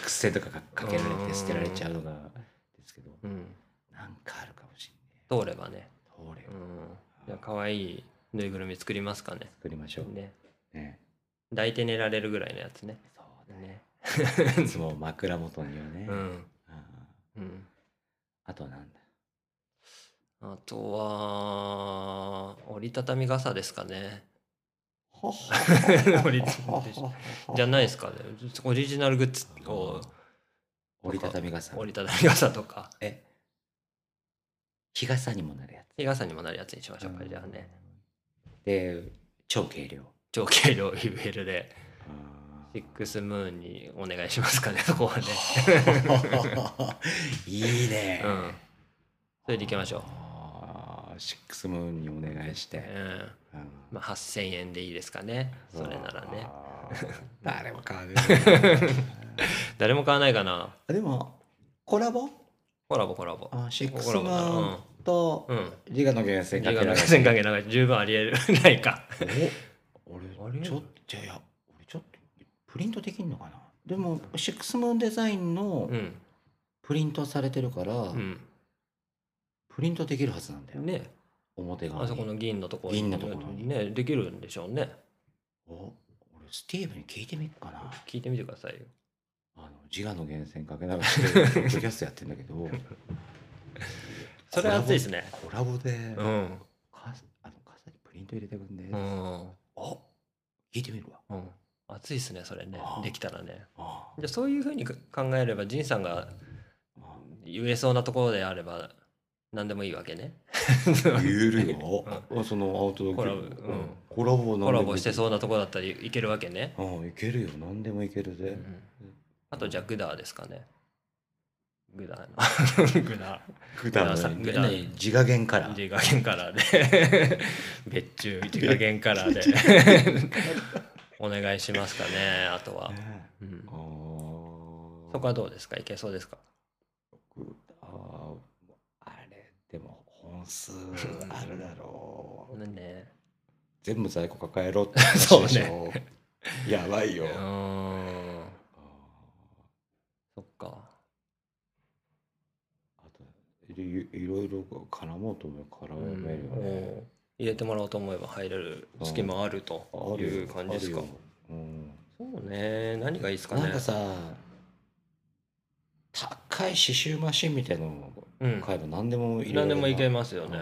C: X 線とかかかけられて捨てられちゃうのがですけど
B: うん
C: なんかあるかもしんね
B: 通ればね
C: え通れ
B: う
C: よ
B: んじゃあ可愛いぬいぐるみ作りますかね
C: 作りましょう
B: ね
C: ね
B: 抱いて寝られるぐらいのやつね
C: そう
B: ね
C: だいつも枕元にはね
B: うん
C: あ
B: うん
C: あとはなんだ
B: あとは折りたたみ傘ですかね折りたたみでしょじゃないですかねオリジナルグッズを
C: 折りたたみ傘
B: 折りたたみ傘とか
C: え日傘にもなるやつ
B: 日傘にもなるやつにしましょうかじゃあね
C: で超軽量
B: 超軽量イベルで
C: あ
B: シックスムーンにお願いしますかねそ こはね
C: ー いいね、
B: うんそれでいきましょう
C: あーシックスムーンにお願いして、
B: うん
C: うん
B: まあ、8000円でいいですかねそれならね
C: あー誰も買わ ない
B: 誰も買わないかな
C: でもコラボ
B: コラボコラボ
C: あシックス
B: コ
C: ム
B: ラボならう
C: ーンと
B: んうん
C: 自我の源泉
B: 時間
C: かけら
B: の
C: れ
B: 線かけながら十分ありえる ないか
C: お
B: あ
C: 俺
B: れ
C: ちょっとじゃあいや俺ちょっとプリントできんのかなでもシックスムーンデザインの
B: うん
C: プリントされてるから、
B: うん
C: プリントできるはずなんだよ
B: ね
C: 表側に
B: あそこの銀のところ
C: 銀のところに
B: ねできるんでしょうね
C: お俺スティーブに聞いてみっかな
B: 聞いてみてくださいよ
C: あの自我の源泉かけながらしてポッドキャストやってんだけど
B: それは熱いですね
C: コラボで、
B: うん
C: かあの傘にプリント入れてくんで、
B: う
C: あ
B: ん
C: 聞いてみるわ
B: うん熱いですねそれね
C: ああ
B: できたらね
C: あ
B: じゃあそういうふうに考えれば仁さんが
C: あ
B: 言えそうなところであれば何でもいいわけね
C: 言えるよ、あそのアウトドア
B: コラボ
C: 系
B: うん
C: コラボ
B: コラボしてそううなところだったらいけるわけね、
C: うんいけるよ何でもいける
B: う
C: ぜ、
B: んあとじゃあグダーですかねグダーのグダー
C: 普段
B: さ
C: の、
B: ん
C: ね
B: 普段
C: 自我源から
B: 自画源カラーで別注自画源カラーでお願いしますかねあとは、
C: ね
B: うん
C: あ、ー
B: そこはどうですかいけそうですか
C: あーあれでも本数あるだろう
B: ね
C: 全部在庫抱えろって話でし ょ、やばいうよ、あ
B: ーんそっか
C: といいろいろ絡もうと思えば絡めるよ
B: うん
C: ね、
B: おー入れてもらおうと思えば入れる隙間あると
C: あるよ
B: いう感じですか
C: あるようん
B: そうね何がいいですかね
C: なんかさ高い刺繍マシンみたいなの
B: うん
C: 買えば何でもい
B: 何でもいけ
C: ま
B: ますよね、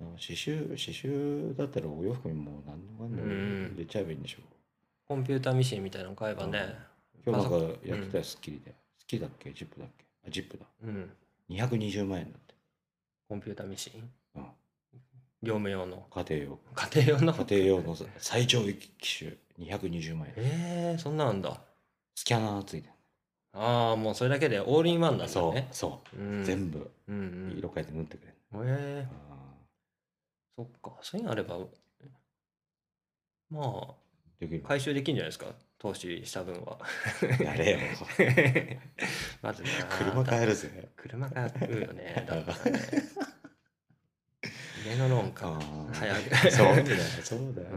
C: 刺繍刺繍だったらお洋服にもう何でもかんでも
B: うん
C: 入れちゃえばいいんでしょ
B: コンピューターミシンみたいなの買えばね、
C: 今日なんか
B: パソ
C: やってたよ、スッキリで。スッキリだっけジップだっけあ、ジップだ。
B: うん、
C: 220万円だって。
B: コンピューターミシン
C: うん。
B: 業務用の
C: 家 庭用。
B: 家庭用の
C: 家庭用の最上位機種、220万円。
B: えー、そんなんだ
C: スキャナーついてる
B: ああもうそれだけでオールインワンなんだ
C: そう
B: ね、
C: そうう。
B: ん、
C: 全部、
B: 部、うんうん、
C: 色変えて塗ってくれる。
B: えー、
C: あ
B: そっかそういうのあればま
C: ーできる
B: あ。回収できるんじゃないですか投資した分は
C: やれよ。
B: まずね
C: 車買えるぜ。
B: 車買うよ ねだったらね家のローン
C: あ
B: か
C: ー
B: 早く
C: そうだよ、 そうだよ。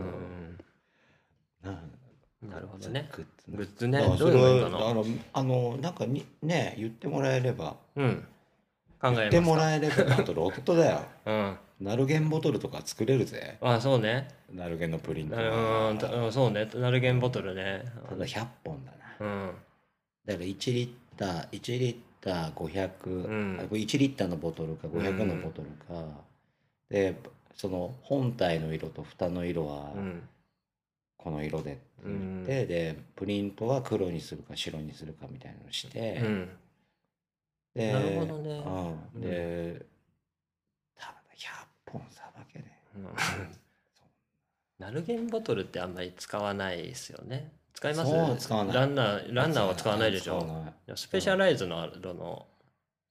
B: う
C: なあ
B: んなるほどね
C: グッズ
B: グ
C: ね。
B: ッズね
C: だから
B: ど
C: そう
B: いう
C: れ
B: のがいい
C: は
B: か
C: あ
B: な
C: の、あの、なんかにね、言ってもらえれば、
B: うん考えます
C: 言ってもらえればあとロットだよ
B: うん
C: ナルゲンボトルとか作れるぜ
B: あそうね
C: ナルゲンのプリント
B: なるうんたうんそうねナルゲンボトルね
C: ただ100本だな
B: うん
C: だから1リッター1リッター500、
B: ん
C: あこれ1リッターのボトルか500のボトルか、でその本体の色と蓋の色は
B: うん
C: この色でって言って、でプリントは黒にするか白にするかみたいなのして、
B: うん
C: で
B: なるほどね
C: うん
B: うん
C: でただ100本さばけね
B: うんナルゲンボトルってあんまり使わないですよね使います
C: そう使わない
B: ランナーランナーは使わないでし
C: 使
B: ょ
C: わない
B: いやスペシャライズのあの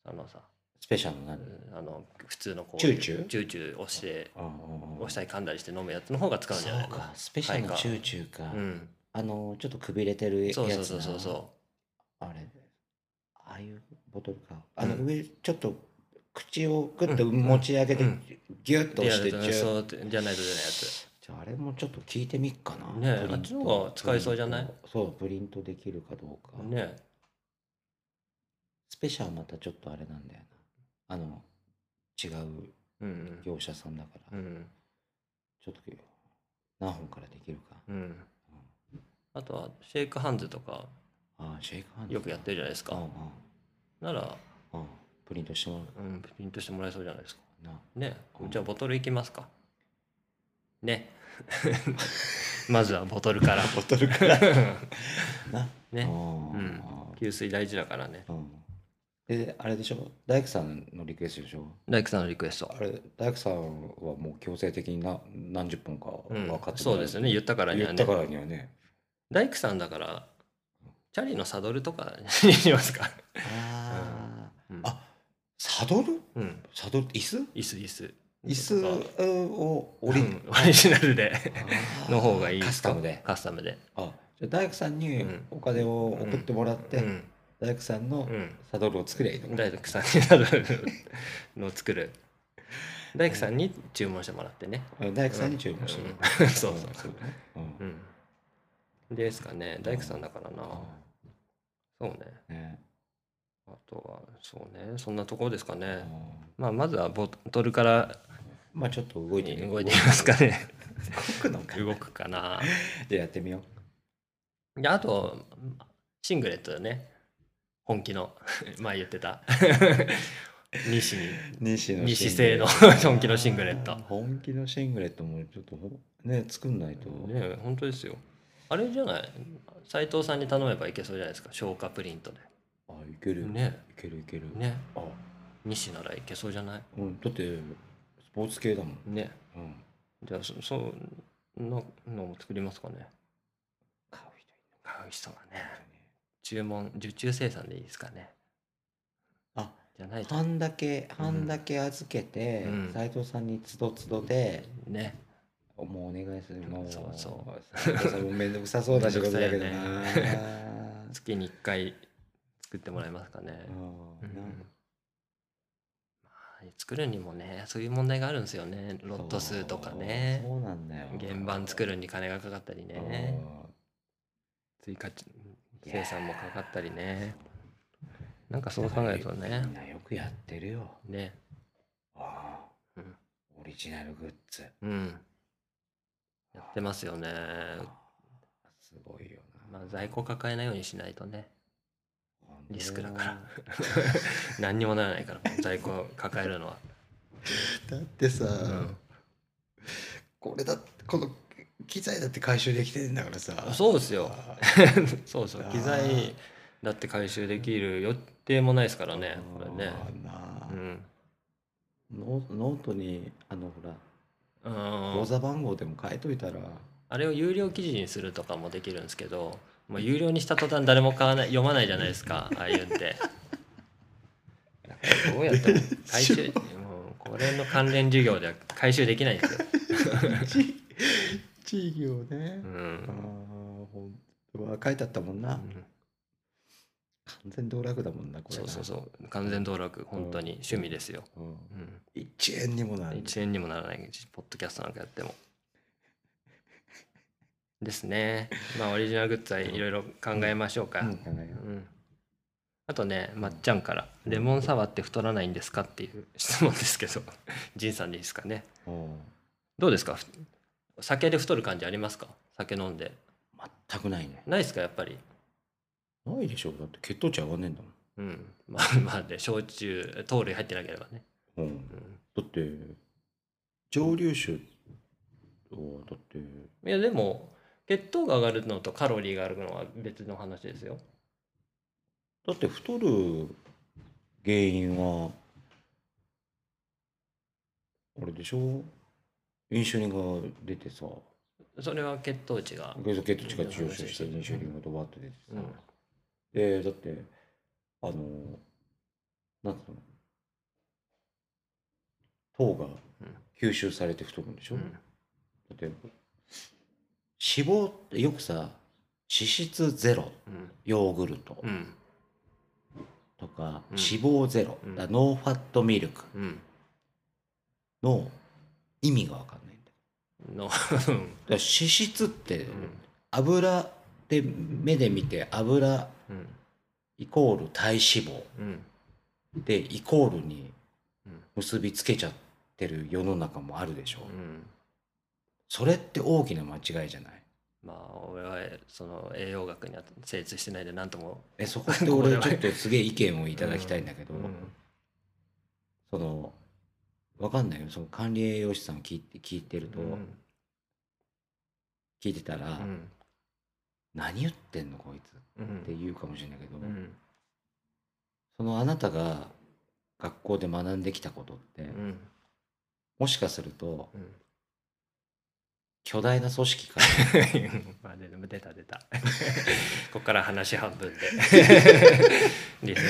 B: あのさ
C: スペシャルの何、
B: あの普通のこう
C: チューチュー
B: チューチュー押して
C: うんうんうん
B: 押したり噛んだりして飲むやつの方が使うんじゃない
C: そうかスペシャルのチューチューか、
B: うん
C: あのちょっとくびれてるやつ
B: そう
C: な
B: そうそうそうそ
C: あれああいうボトルかあの
B: うん
C: 上ちょっと口をグッと
B: うんうん
C: 持ち上げて
B: うん
C: ギュッ
B: う
C: と押して
B: いや
C: ジュッ
B: そうじゃないとじゃないやつ
C: じゃああれもちょっと聞いてみっかな
B: ねえ
C: プリント
B: あっちの方が使えそうじゃない
C: プリントそうプリントできるかどうか、
B: ね
C: スペシャルまたちょっとあれなんだよなあの違う
B: うん
C: 業者さんだから、
B: うん
C: ちょっと何本からできるか
B: うんあとはシェイクハンズとか
C: ああシェイクハンド
B: よくやってるじゃないです
C: うんう
B: か
C: ん
B: なら、
C: うんプリントしてもら
B: うん、プリントしてもらえそうじゃないですか
C: うな
B: ね
C: うん
B: じゃあボトルいきますかね まずはボトルから
C: ボトルから な
B: ね
C: うん
B: うん給水大事だからね
C: うんであれでしょ大工さんのリクエストでしょ
B: 大工さんのリクエスト
C: あれ大工さんはもう強制的にな何十本か
B: うん
C: 分かってもら
B: そうですよね言ったからに
C: 言
B: は
C: っ
B: ね
C: たからにはね
B: 大工さんだからチャリのサドルとかにしますか、
C: あ
B: うん
C: ーあサドル
B: うん
C: サドル椅子
B: 椅子椅子
C: 椅子を
B: オ
C: 折
B: リ,、
C: り、
B: うん、オリジナルで
C: あー
B: の方がいい
C: カスタムで
B: カスタムで
C: あじゃあ大工さんに
B: うん
C: お金を送ってもらって、
B: うん
C: 大工さんの
B: うん
C: サドルを作りゃいいの、
B: 大工さんにサドルのを作る大工さんに注文してもらってね
C: うん大工さんに注文してもら
B: うんそうそうそう、
C: うんうん
B: うん、ですかね大工さんだからな、そうね
C: ね
B: あとはそうねそんなところですか
C: う
B: ね、
C: ん
B: まあまずはボトルから
C: まあちょっと動いてみ
B: 動いてみますかね
C: 動くのか
B: 動くかな
C: じゃあやってみよう
B: であとシングレットだね本気の 前言って た西に
C: 西の
B: 西
C: シングレ
B: 製
C: ッ
B: の
C: ト
B: 本気のシングレット
C: 本気のシングレットもちょっとほね作んないと、
B: ね本当ですよあれじゃない斉藤さんに頼めばいけそうじゃないですか消化プリント
C: あいける
B: ね
C: いけるいける
B: でね
C: あ
B: 西ならいけそうじゃない
C: うんだってスポーツ系だもん、
B: ね
C: うん、
B: じゃあそそうののも作りますかね
C: 買う人いる
B: 買う人はね
C: のかね
B: 注文受注生産でいいですかね
C: あ
B: じゃないと
C: 半だけ半だけ預けて
B: うん
C: 斎、藤さんにつどつどで、
B: ね
C: もうお願いするも
B: そうそう
C: 斉藤さんも面倒くさそうな仕事だけどな、
B: めんどくさいよ
C: あー
B: 月に1回作ってもらえますかね
C: あ
B: う
C: ー
B: ん
C: な
B: まあ作るにもねそういう問題があるんですよねロット数とかね
C: そうそうなんだよ
B: 原版作るに金がかかったりね追加生産もかかったりねなんかそう考えるとね
C: みんなよくやってるよ
B: ね
C: ああ
B: うん
C: オリジナルグッズ
B: うんやってますよね
C: すごいよな、
B: まあ在庫抱えないようにしないとね
C: 本当
B: リスクだから何にもならないから在庫抱えるのは、
C: だってさ、
B: う
C: これだってこの機材だって回収できてんだからさ
B: ん、そうですよ
C: あ
B: そうそう
C: あー
B: 機材だって回収できる予定もないですからねこれね
C: あーなあ
B: うん
C: ノノートにあのほら
B: うん
C: 口座番号でも書いといたら、
B: あれを有料記事にするとかもできるんですけど、まあ、有料にした途端誰も買わない読まないじゃないです かああいうんって。だからどうやっても回収 もうこれの関連授業では回収できないんですよ。
C: 地域をね
B: う、
C: ああ
B: ん
C: 本当は書いてあったもんな、
B: うん
C: 完全道楽だもんなこれ
B: そうそう
C: う、
B: そう完全道楽本当に趣味ですよ。
C: うん、
B: うん
C: 1円にもなる
B: 1円にもならないしポッドキャストなんかやっても。ですね。まあオリジナルグッズはいろいろ考えましょうか。
C: うん考えよう
B: うんあとねまっちゃんから「レモンサワーって太らないんですか?」って いう質問ですけど仁さんでいいですかねどうですかふ酒で太る感じありますか酒飲んで
C: 全くないね
B: ないですかやっぱり
C: ないでしょだって血糖値上がんねえんだ
B: うんまあ まあね焼酎糖類入ってなければね、
C: もん、う、
B: うんん
C: だって蒸留酒をだって
B: いやでも血糖が上がるのとカロリーが上がるのは別の話ですよ
C: だって太る原因はあれでしょインシュリンが出てさ
B: それは血糖値が
C: 血糖値が上昇してインシュリンがドバッと出てさ、
B: うん
C: でだってあのなんつうの糖が
B: うん
C: 吸収されて太るんでしょ、
B: うん
C: だって脂肪ってよくさ脂質ゼロ
B: うん
C: ヨーグルト
B: うん
C: とか、
B: うん
C: 脂肪ゼロ、
B: うん
C: だからノーファットミルク
B: うん
C: の意味が分かんないんだ
B: の
C: よだから脂質って
B: うん
C: 油で目で見て油
B: うん
C: イコール体脂肪
B: うん
C: でイコールに
B: うん
C: 結びつけちゃってる世の中もあるでしょ、
B: うん
C: それって大きな間違いじゃない
B: まあ俺はその栄養学には精通してないで何とも
C: え そこって
B: これ
C: 俺
B: は
C: ちょっとすげえ意見をいただきたいんだけど、
B: うん
C: そのわかんないよその管理栄養士さんを聞いて聞いてると、
B: うん
C: 聞いてたら、
B: うん
C: 何言ってんのこいつ
B: う
C: って
B: ん
C: 言うかもしれないけど、
B: うん
C: そのあなたが学校で学んできたことって、
B: うん
C: もしかすると
B: うん
C: 巨大な組 織から
B: まあでも出た出たここから話半分でリス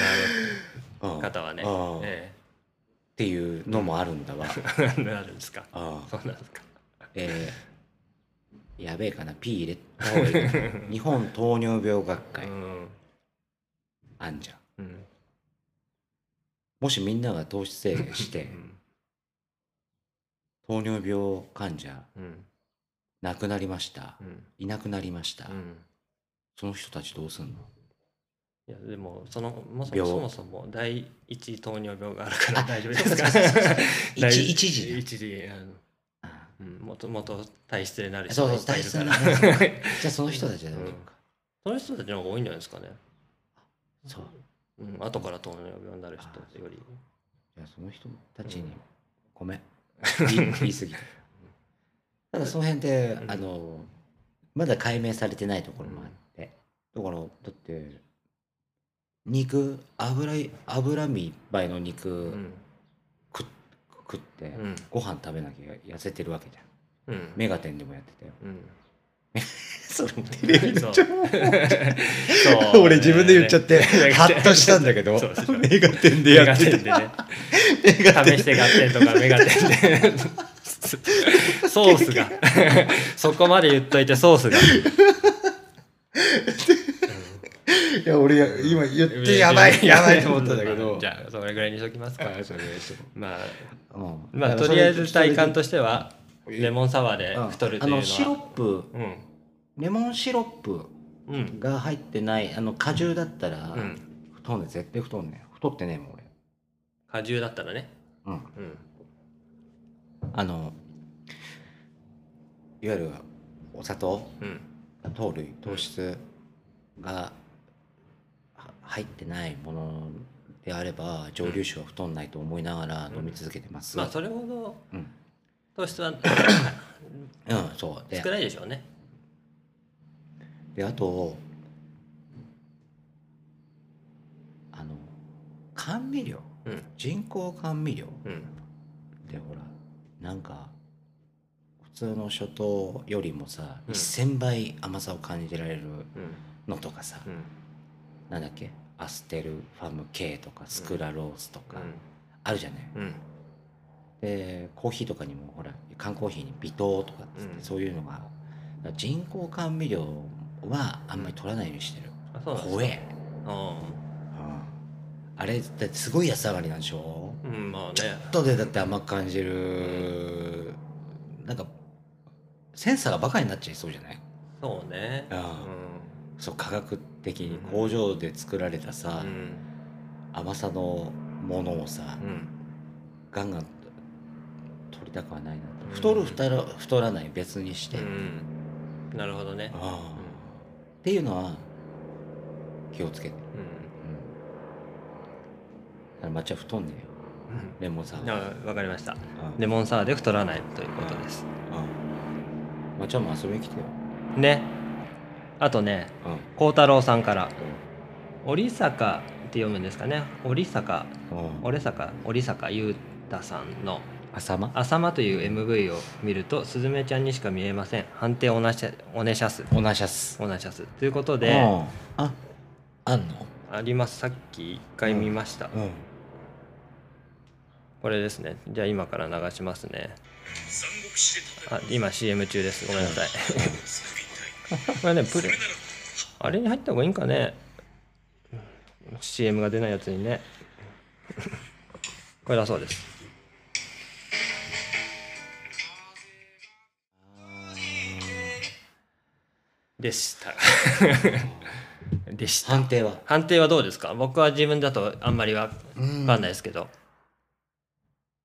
C: あ
B: ナーの
C: あ
B: 方はね
C: ああ
B: え
C: っていうのもあるんだわ。
B: えあるんですか
C: ああ
B: そうなんですか
C: えーやべえかな P 入れた方がいいかな日本糖尿病学会
B: うん
C: あんじゃん
B: うん
C: もしみんなが糖質制限して糖尿病患者
B: うん
C: 亡くなりました
B: うん
C: いなくなりました、
B: うん
C: その人たちどうすんの
B: いやでもそのもそも
C: 病
B: そもそも第一糖尿病があるから 大丈夫ですか
C: そうそうそうそう
B: 第
C: 一一時ね
B: 一時あの
C: あ
B: うんもともと体質になる
C: あ
B: 人
C: そう
B: がい
C: そ
B: っ
C: う
B: ぱい
C: 大
B: いる
C: 切
B: か
C: な
B: ら
C: 話じゃあその人たちは大丈夫か、
B: その人たちの方が多いんじゃないですかね、
C: そう
B: うん、後から糖尿病になる人より
C: じゃあその人た
B: う
C: ちに
B: ん
C: ごめん言い言い過ぎたただその辺で、
B: うん
C: あのまだ解明されてないところもあって、だからだって肉油い脂身いっぱいの肉、
B: うん
C: 食っ食って、
B: うん
C: ご飯食べなきゃ痩せてるわけじゃん
B: うん
C: 『メガテン』でもやって たよ
B: うん
C: それ
B: テ
C: テ
B: レビの情
C: 俺自分で言っち ゃってハッとしたんだけど
B: そうでしょ
C: 『メガテン』
B: メ
C: でや
B: ガ
C: っ
B: テ
C: て
B: ン
C: た
B: でね試してガテンと かメガテンでソースが そこまで言っといてソースが
C: いや俺や今言ってやばいやばいと思ったんだけど
B: じゃあそれぐらいにしときますか
C: あそれちょっと
B: まあ
C: うん
B: まあ
C: だから
B: と
C: そ
B: りあえ
C: れ
B: ず体感と
C: し
B: してはレモンサワーで太るというの
C: あ
B: は
C: のシロップ
B: うん
C: レモンシロップ
B: うん
C: が入ってないあの果汁だったら
B: うん
C: 太んね絶対太んね太ってねえもん俺
B: 果汁だったらね
C: うん
B: うん
C: あのいわゆるお砂糖
B: うん
C: 糖類糖質がは入ってないものであれば蒸留酒は太んないと思いながら飲み続けてます、
B: まあそれほど
C: うん
B: 糖質 は
C: うんそうで
B: 少ないでしょうね
C: であとあの甘味料
B: うん
C: 人工甘味料
B: うん
C: でほらなんか普通の諸糖よりもさ、
B: うん
C: 1000倍甘さを感じられる
B: うん
C: のとかさ、
B: うん
C: なんだっけアステルファム K とかスクラロースとか、あるじゃない
B: うん
C: でコーヒーとかにもほら缶コーヒーに微糖とかっつって、
B: うん
C: そういうのがだから人工甘味料はあんまり取らないようにしてる、
B: あそうなんです
C: 怖
B: か
C: え、
B: あ
C: あれだってすごい安上がりなんでしょ
B: あうんまあね
C: 後でだって甘く感じる、なんかセンサーがバカになっちゃいそうじゃない、
B: そうね
C: あ
B: う
C: そう科学的に
B: うん
C: 工場で作られたさ、
B: ん
C: 甘さのものをさ
B: うん
C: ガンガン取りたくはないなと
B: うん
C: 太る太ら太らない別にして、
B: うんなるほどね
C: ああっていうのは気をつけてる、
B: うん
C: うん、だから抹茶太んねえよ
B: うん
C: レモンサワー
B: あわかりました
C: うん
B: レモンサワーで太らないということです
C: うん抹茶も遊びに来てよ、
B: ねあとね
C: うん
B: 孝太郎さんから織坂って読むんですかね織坂
C: うん
B: 織坂織坂優太さんの「
C: 朝間
B: あさま」という MV を見るとすずめちゃんにしか見えません判定オナシャオネシャス
C: オナシャス
B: オナシャスということ
C: う
B: で
C: んああんの
B: ありますさっき一回見ました、
C: うん
B: これですねじゃあ今から流しますね
A: 三国志で戦う
B: あ今 CM 中ですごめんなさい
A: スクビ隊
B: これねプ
A: それな
B: レ
A: ら
B: あれに入った方がいいんかね CM が出ないやつに ねこれだそうですでした。でした。
C: 判定は
B: 判定はどうですか僕は自分だとあんまりわ
C: 分
B: わかんないですけど、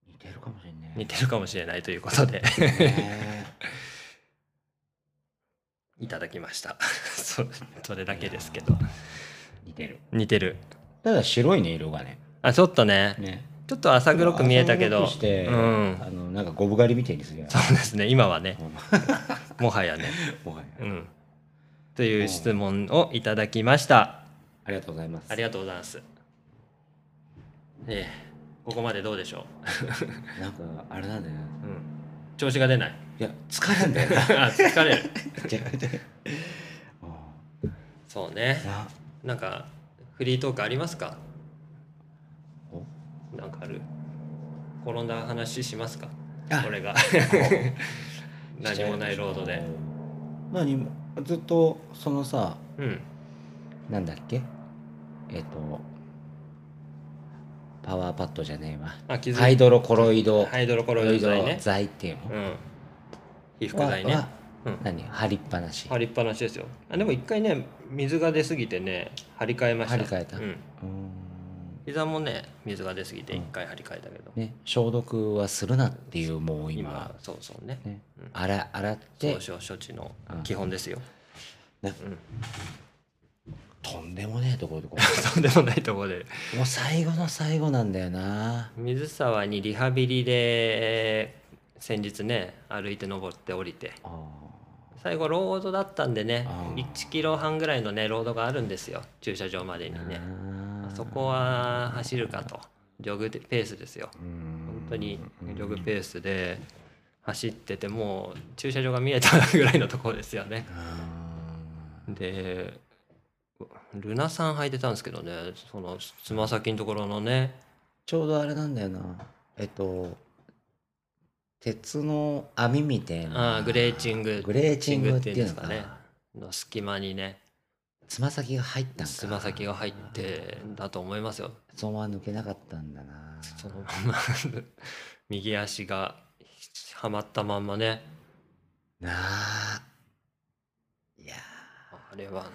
C: 似てるかもしれない
B: 似てるかもしれないということで
C: ね
B: いただきました。 そそれだけですけど。
C: 似てる
B: 似てる。
C: ただ白いね色がね
B: あ、ちょっとね、
C: ね
B: ちょっと浅黒く見えたけど、
C: 浅黒くして
B: うん。
C: あのなんかゴブ狩りみたいにするやん
B: そうですね、今はね、もはやね。
C: もはや
B: うん。という質問をいただきました。
C: ありがとうございます
B: ありがとうございます。ええ、ここまでどうでしょ
C: なんかあれなんだよな
B: う。うん。調子が出ない。
C: いや疲れんだよ
B: あ
C: な
B: 疲れる。
C: 違う 違う
B: そうね
C: うん。な
B: なんか、フリートークありますか
C: お
B: なんかある転んだ話しますか
C: あ
B: 俺 が。何もないロードで。
C: 何もずっとそのさ
B: うん。
C: なんだっけえっ、とパワーパッドじゃね
B: あ、気
C: え
B: づ
C: わ
B: い
C: ハイドロコロイド
B: ハイドロコロイド剤ね。
C: 剤っていうの
B: うん。被覆剤ね
C: は。
B: うん
C: 何貼りっぱなし
B: 張りっぱなしですよあでも一回ね水が出すぎてね張り替えました
C: 張り替えた
B: うん、
C: うーん
B: 膝もね水が出すぎて
C: うん
B: 一回張り替えたけど、
C: ね消毒はするなっていうもう今
B: 今そうそうね
C: ね
B: うん
C: 洗洗って
B: 総症処置の
C: うん
B: 基本ですよ、
C: ね
B: うん、
C: とんでもねえところでこ
B: とんでもないところで
C: うもう最後の最後なんだ よな
B: 水沢にリハビリで先日ね歩いて登って降りて
C: あ
B: 最後ロードだったんでね
C: あー
B: 1キロ半ぐらいのねロードがあるんですよ駐車場までにね
C: あ
B: そこは走るかとジョグペースですよ
C: 本
B: 本当にジョグペースで走っててもう駐車場が見えたぐらいのところですよねでルナさん履いてたんですけどねそのつま先のところのね
C: ちょうどあれなんだよなえっと鉄の網みたいな
B: あーグレーチング
C: グレーチングってい
B: グ
C: う
B: レーチングっていうんで
C: の
B: す
C: か
B: か
C: ね
B: ねの隙間にね
C: つま先が入ったんか
B: つま先が入ってだと思いますよ
C: そのまま抜けなかったんだな
B: その まま右足がはまったまんまね
C: なあいや
B: あれはな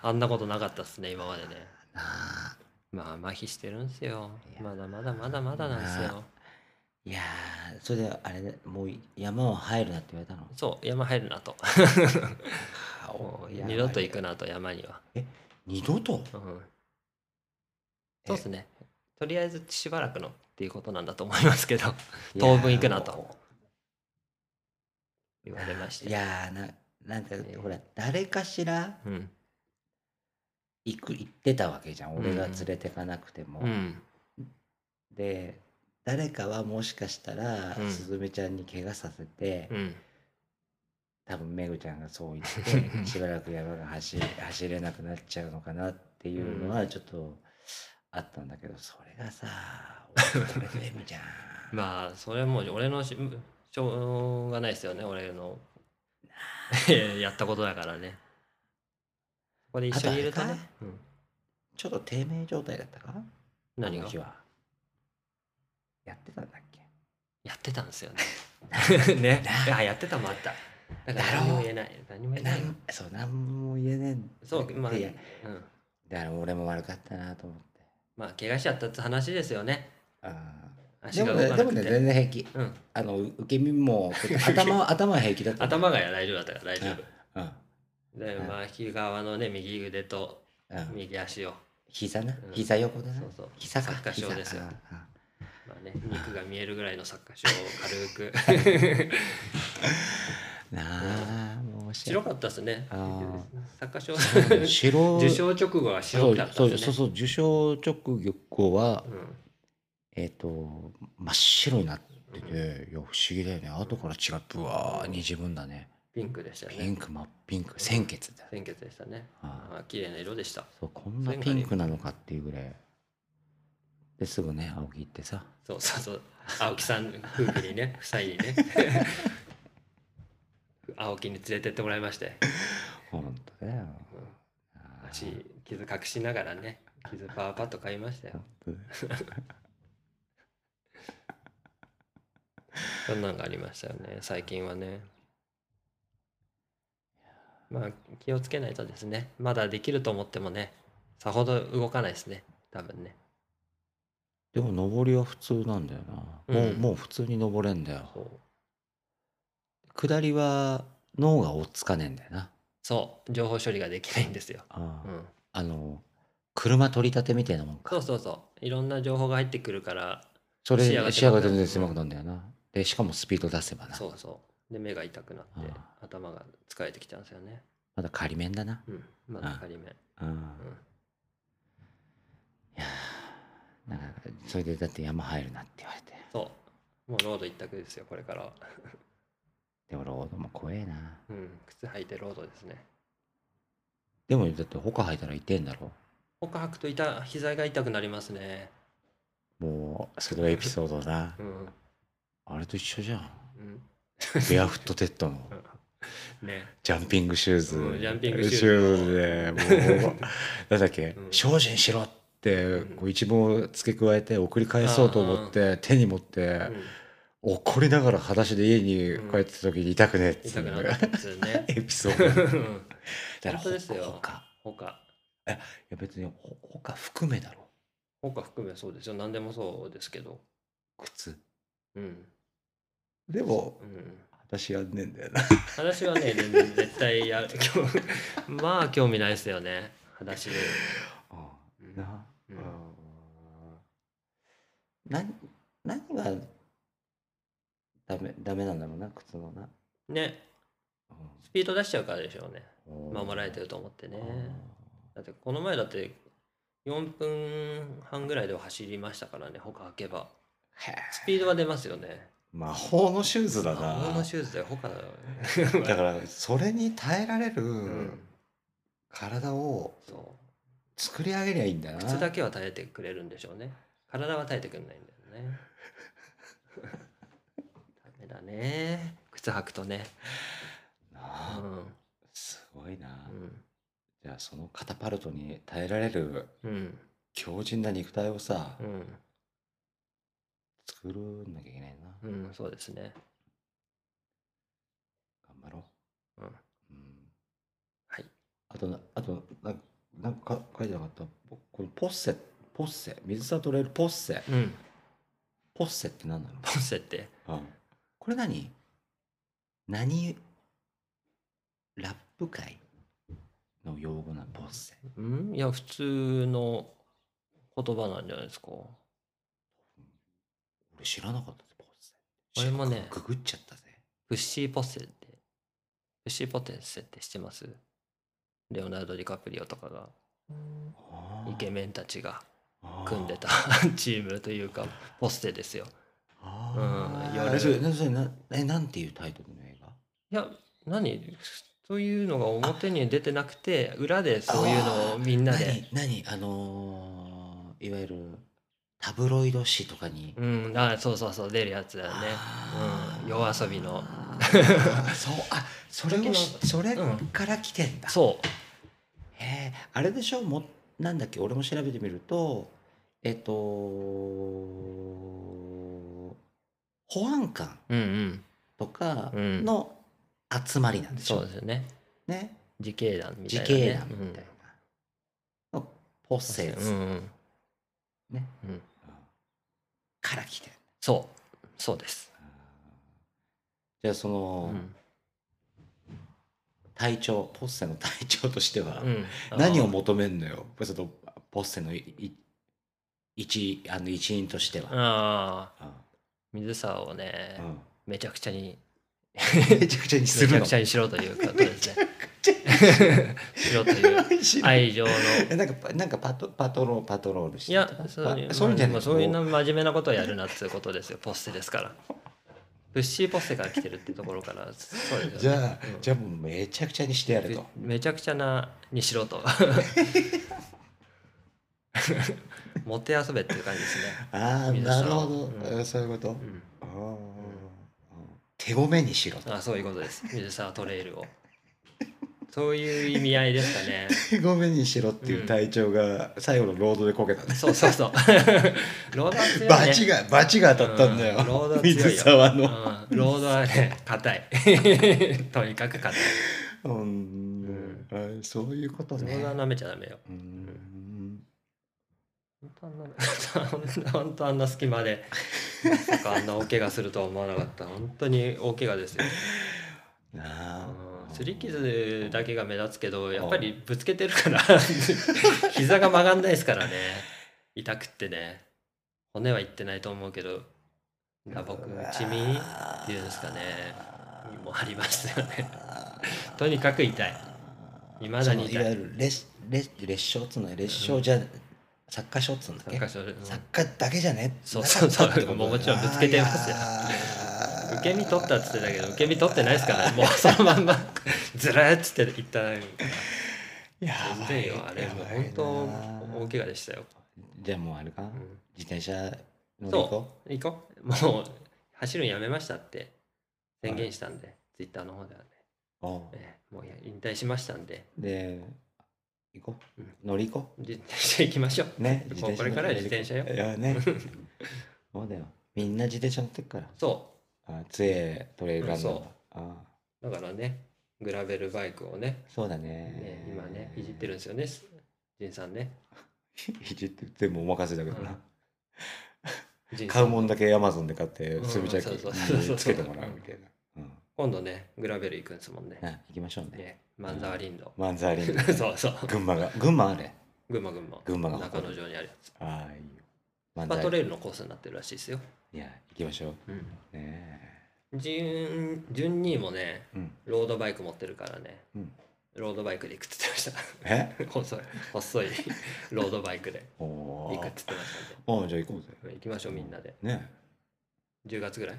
B: あんなことなかったっすね今までね
C: ーなあ
B: まあ麻痺してるんすよ
C: いや
B: まだまだまだまだなんですよ
C: いやーそれであれだもう山を入るなって言われたの
B: そう山入るなともう二度と行くなと山には、
C: 二度と
B: うん、そうですねとりあえずしばらくのっていうことなんだと思いますけど当分行くなと 言われました
C: いやーななんか
B: え
C: ほら誰かしら
B: うん
C: 行く行ってたわけじゃん
B: ん
C: 俺が連れてかなくても、
B: うん
C: で誰かはもしかしたら、
B: うん
C: すずめちゃんに怪我させて、
B: うん
C: 多分めぐちゃんがそう言ってしばらく山が走走れなくなっちゃうのかなっていうのはちょっとあったんだけどそれがさ俺とめぐ ちゃん
B: まあそれはもう俺のししょうがないですよね俺のい ややったことだからねここで一緒にいると
C: あと
B: ね
C: あれか、
B: うん
C: ちょっと低迷状態だったか
B: 何
C: あ
B: が
C: の日はやってたんだっけ
B: やってたんですよね。 ね。あ、やってたもあった。だから何も言えない。何も言えな。
C: ないんそうなんも言えねえん
B: そう、まあ、
C: いや
B: うん
C: だから俺も悪かったなと思って
B: まあ怪我しちゃったって話ですよね
C: あー
B: 足
C: でも
B: が動
C: ね、
B: か
C: で
B: な
C: も
B: く
C: ね、
B: て、
C: 全然平気。
B: うん、
C: あの、受け 身も、頭は、頭は平気だった。
B: 頭が大丈夫だったから大丈夫、
C: うん。
B: で
C: うん
B: まあ左側のね右腕と
C: うん。
B: 右足を
C: 膝な
B: う。ん
C: 膝横だな
B: そうそう。
C: 膝
B: サ
C: か。
B: ッカー症
C: 膝
B: ですよ
C: あーあ
B: まあね、肉が見えるぐらいの作家賞を軽く
C: ーなあ、もう面白
B: 白
C: い
B: かったですね
C: あー
B: 作家賞
C: うん
B: 受
C: 白
B: 賞直後は
C: そ
B: 白
C: う
B: かった
C: そ
B: で
C: う
B: すね
C: そうそう受賞直後は、
B: うん
C: えっ、と真っ白になってて、いや不思議だよね後から血がブワーに自分だね
B: ピンクでした
C: ピン
B: ね
C: ク真っピンク鮮血だよ
B: 鮮血でしたね
C: あー
B: あー綺麗な色でした
C: そうこんなピンクなのかっていうぐらいですぐね青木行ってさ
B: そうそうそう青木さん夫婦に ね 夫妻にね青木に連れてってもらいまして
C: 本当だよあー
B: 足傷隠しながらね傷パワーパッと買いましたよ
C: 本当だよ
B: そんなんがありましたよね最近はねまあ気をつけないとですねまだできると思ってもねさほど動かないですね多分ね
C: でも登りは普通なんだよな、も
B: う
C: うんもう普通に登れんだよ
B: そう
C: 下りは脳が追っつかねえんだよな
B: そう情報処理ができないんですよ、
C: あー、
B: うん、
C: あの車取り立てみたいなもんか
B: そうそうそういろんな情報が入ってくるから
C: それ
B: 視野が
C: 視野が
B: 狭くなる
C: 全然狭くなるんだよな。で、しかもスピード出せばな。
B: そうそうで目が痛くなって
C: あ
B: 頭が疲れてきたんですよね
C: まだ仮面だな。
B: うんまだ仮面
C: うん。いやーなんか、それでだって山入るなって言われて。
B: そうもうロード一択ですよこれからは
C: でも、ロードも怖えな。
B: うん靴履いてロードですね
C: でも、だって、他履いたら痛えんだろ。
B: 他履くと痛膝が痛くなりますね
C: もう、そのエピソードな
B: う。ん
C: あれと一緒じゃん。
B: うん
C: ベアフットテッドの
B: ね
C: ジャンピングシュー ズ。
B: うんジャンピングシ
C: シ
B: ュ
C: ュ
B: ー
C: ー
B: ズ
C: ズで、 もう、なんだっけ
B: うん、
C: 精進しろって
B: うん、
C: こう一文を付け加えて送り返そうと思って、手に持って、
B: うん
C: 怒りながら裸足で家に帰ってた時に痛くねえっつ
B: 痛
C: う
B: くなかったですよね
C: エピソードだから
B: 本当ですよ
C: ほか
B: 他
C: いや別にほほか含めだろ
B: 他含めそうですよ何でもそうですけど
C: 靴
B: うん
C: でも
B: うん
C: 私やんねえんだよな
B: 私はね全然絶対や興味 まあ興味ないですよね話で
C: あ
B: うん
C: あな
B: うん
C: な何がダメダメなんだろうな靴のな、
B: ねスピード出しちゃうからでしょうね守られてると思ってね
C: ね
B: だってこの前だって4分半ぐらいで走りましたからね他履けばスピードは出ますよね
C: 魔法のシューズだな
B: 魔法のシューズで他だよね
C: だからそれに耐えられ
B: う
C: る
B: ん
C: 体を
B: そう
C: 作り上げりゃいいんだよな
B: 靴だけは耐えてくれるんでしょうね体は耐えてくれないんだよねダメだね靴履くとね
C: な
B: う
C: あ
B: ん
C: すごいな、
B: うん
C: じゃあそのカタパルトに耐えられる
B: うん
C: 強靭な肉体をさ、
B: うん
C: 作るんなきゃいけないな、
B: うんそうですね
C: 頑張ろ
B: うん
C: う、うん、
B: はい
C: あとなあとななんか書いてなかったぼこのポッセポッセ水さとれるポッセ
B: うん
C: ポッセって何なの
B: ポンセって
C: これ何何ラップ界の用語なのポッセ
B: うんいや普通の言葉なんじゃないですか
C: 俺知らなかったぜポッセ
B: 俺もね
C: ググっちゃったぜ
B: プッシーポッセってプッシーポテンセって知ってますレオナルド・ディカプリオとかがイケメンたちが組んでた チームというかポステですよ
C: あ
B: うん
C: ー
B: 夜
C: えそれなそれなえなんていうタイトルの映画
B: いや何そういうのが表に出てなくて裏でそういうのをみんなで
C: 何何あのーいわゆるタブロイド誌とかに、
B: うんあそうそうそう出るやつだよね
C: あ
B: う
C: ー
B: ん夜遊びの
C: あ ーそうあそれをし
B: 時
C: それ
B: うん
C: から来てんだ、
B: そう
C: へえあれでしょもなんだっけ俺も調べてみるとえっと保安官
B: うん
C: とか
B: うん
C: の集まりな
B: うんん
C: でしょ、
B: そうですよね
C: ね
B: 自警団みたいな、
C: 自
B: ね、
C: 警団みたいな、ポッセイ
B: うん
C: ズ
B: うん
C: ね。
B: うん
C: あから来てる
B: そうそうです、
C: あじゃあその、
B: うん
C: 体調ポッセの体調としては、
B: うん
C: 何を求めんのよポッセとポッセのいい一あの一員としては。
B: ああ
C: あ
B: 水沢をね、
C: うん
B: めちゃくちゃに
C: めちゃくちゃにす
B: めち
C: る
B: ゃ
C: の
B: くちゃにしろと いうことですね しろという
C: し ろ
B: 愛情の
C: えなんかパなんかパトパトロールパトロールし
B: い
C: て
B: や
C: とか
B: そういう
C: あそういうんじゃない
B: まあそういうの真面目なことをやるなっていうことですよポッセですからブッシーポッセから来てるってところからそうですよね
C: じゃあ、
B: うん
C: じゃあもうめちゃくちゃにしてやると。
B: めめちゃくちゃなにしろともてあそべっていう感じですね、
C: ああ
B: 水
C: な
B: 沢
C: るほど、
B: うん
C: あそういうこと。
B: うん
C: あー手ごめにしろと。
B: あそういうことです水沢トレイルをそういう意味合いですかね
C: 手ごめにしろっていう体調が最後のロードでこけたんです。
B: そうそうそうロードは強いね
C: バチがバチが当たったんだよ。
B: うロードは強いよ
C: 水沢
B: うん、
C: の。
B: ロードはね硬いとにかく硬い
C: うん、あそういうこと
B: ロ
C: ね
B: ード。は舐めちゃダメよ
C: うん
B: 本当あんな本当あんな隙間でまさかあんな大怪我するとは思わなかった本当に大怪我ですよ
C: なあ。
B: すり傷だけが目立つけどやっぱりぶつけてるから 膝が曲がんないですからね痛くってね骨はいってないと思うけど打撲打ち身っていうんですかねもありますよねとにかく痛い未だに痛い
C: そのいわゆる列列列傷っつうのは列傷じゃ、作家賞っつうんだっけ
B: 3箇所で
C: 作家だけじゃね
B: そうそうそう
C: なかったってことだよ
B: もちろんぶつけてますよ
C: あー
B: 受け身取ったっつってたけど受け身取ってないですからねもうそのまんまずらーっつっていったら
C: や
B: 全
C: ばい
B: 然よあれもう
C: やばいな
B: 本当大怪我でしたよ、
C: じゃあもうあれか、
B: うん
C: 自転車乗り行こ
B: そう行こうもう走るのやめましたって宣言したんで、ツイッターの方ではね、
C: うおう
B: ええもう引退しましたんで
C: で行こう、
B: うん
C: 乗り行こ
B: 自転車行きましょう
C: うね
B: ここれからは自転車よ
C: いやね そうだよみんな自転車乗ってっから
B: そ
C: あ杖トレイルランナー
B: うんそう
C: あ
B: うだからねグラベルバイクをね
C: そうだね
B: ね今ねいじってるんですよね仁さんね
C: いじって全部お任せだけどな、
B: うん仁さ
C: 買うもんだけアマゾンで買って
B: うん
C: すぐじゃ
B: そうそうそうそう
C: つけてもらうみたいな、うん
B: 今度ねグラベル行くんですもんね
C: な行きましょうね
B: ね万沢林道、
C: マンザーリング
B: そうそう
C: 群馬が群馬あれ
B: 群馬群馬
C: 群馬が
B: 中
C: 誇る
B: 野城にあるやつ
C: ああいいよマ
B: ス
C: ン
B: パ
C: ザ
B: ト
C: ー
B: レ
C: リン
B: ールのコースになってるらしいですよ、
C: グいや行きましょ
B: うん、
C: うね
B: 順順にもね
C: えうん
B: ロードバイク持ってるからね、
C: うん
B: ロードバイクで行くって言ってま
C: え
B: した 細い細 いロードバイクで
C: お
B: 行くって言っ
C: お
B: てましたん
C: ああじゃあ行こうぜ
B: で行きましょうみんなで
C: ね
B: 10月ぐらい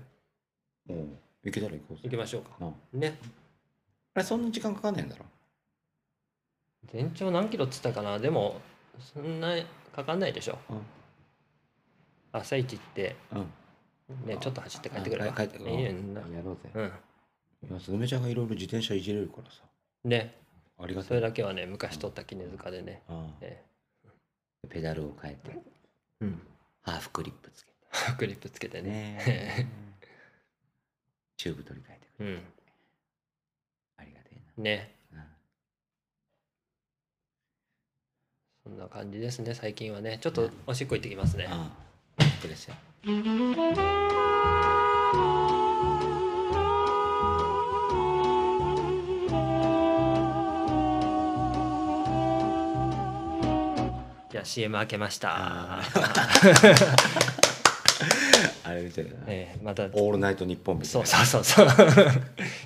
C: えおう行けたら行こう
B: 行
C: ぜ
B: きましょうか
C: なあ
B: ね
C: あれそんな時間かかんないんだろ
B: 全長何キロっつったかなでもそんなかかんないでしょ朝一行って
C: うんうん
B: ねちょっと走って帰ってくれば
C: あ帰って
B: いいよ
C: うん
B: な
C: やろうぜ
B: うん
C: いやすずめちゃんがいろいろ自転車いじれるからさ
B: ね
C: ありが
B: そ
C: た
B: れ
C: い
B: だけはね昔取った絹塚でね、
C: ああ
B: え
C: ペダルを変えて
B: えうん、
C: ハーフクリップつけて
B: クリップつけてね
C: ね チューブ取り替えてく
B: う
C: れ
B: ん
C: ありがたい
B: ね
C: な、うん
B: そんな感じですね最近はねちょっとおしっこ行ってきますね、
C: ああいってらっしゃい
B: じゃあ CM 開けました
C: あ。あれみたいな、
B: ええまた
C: オールナイトニッポンみたい
B: そう
C: な
B: そうそうそう。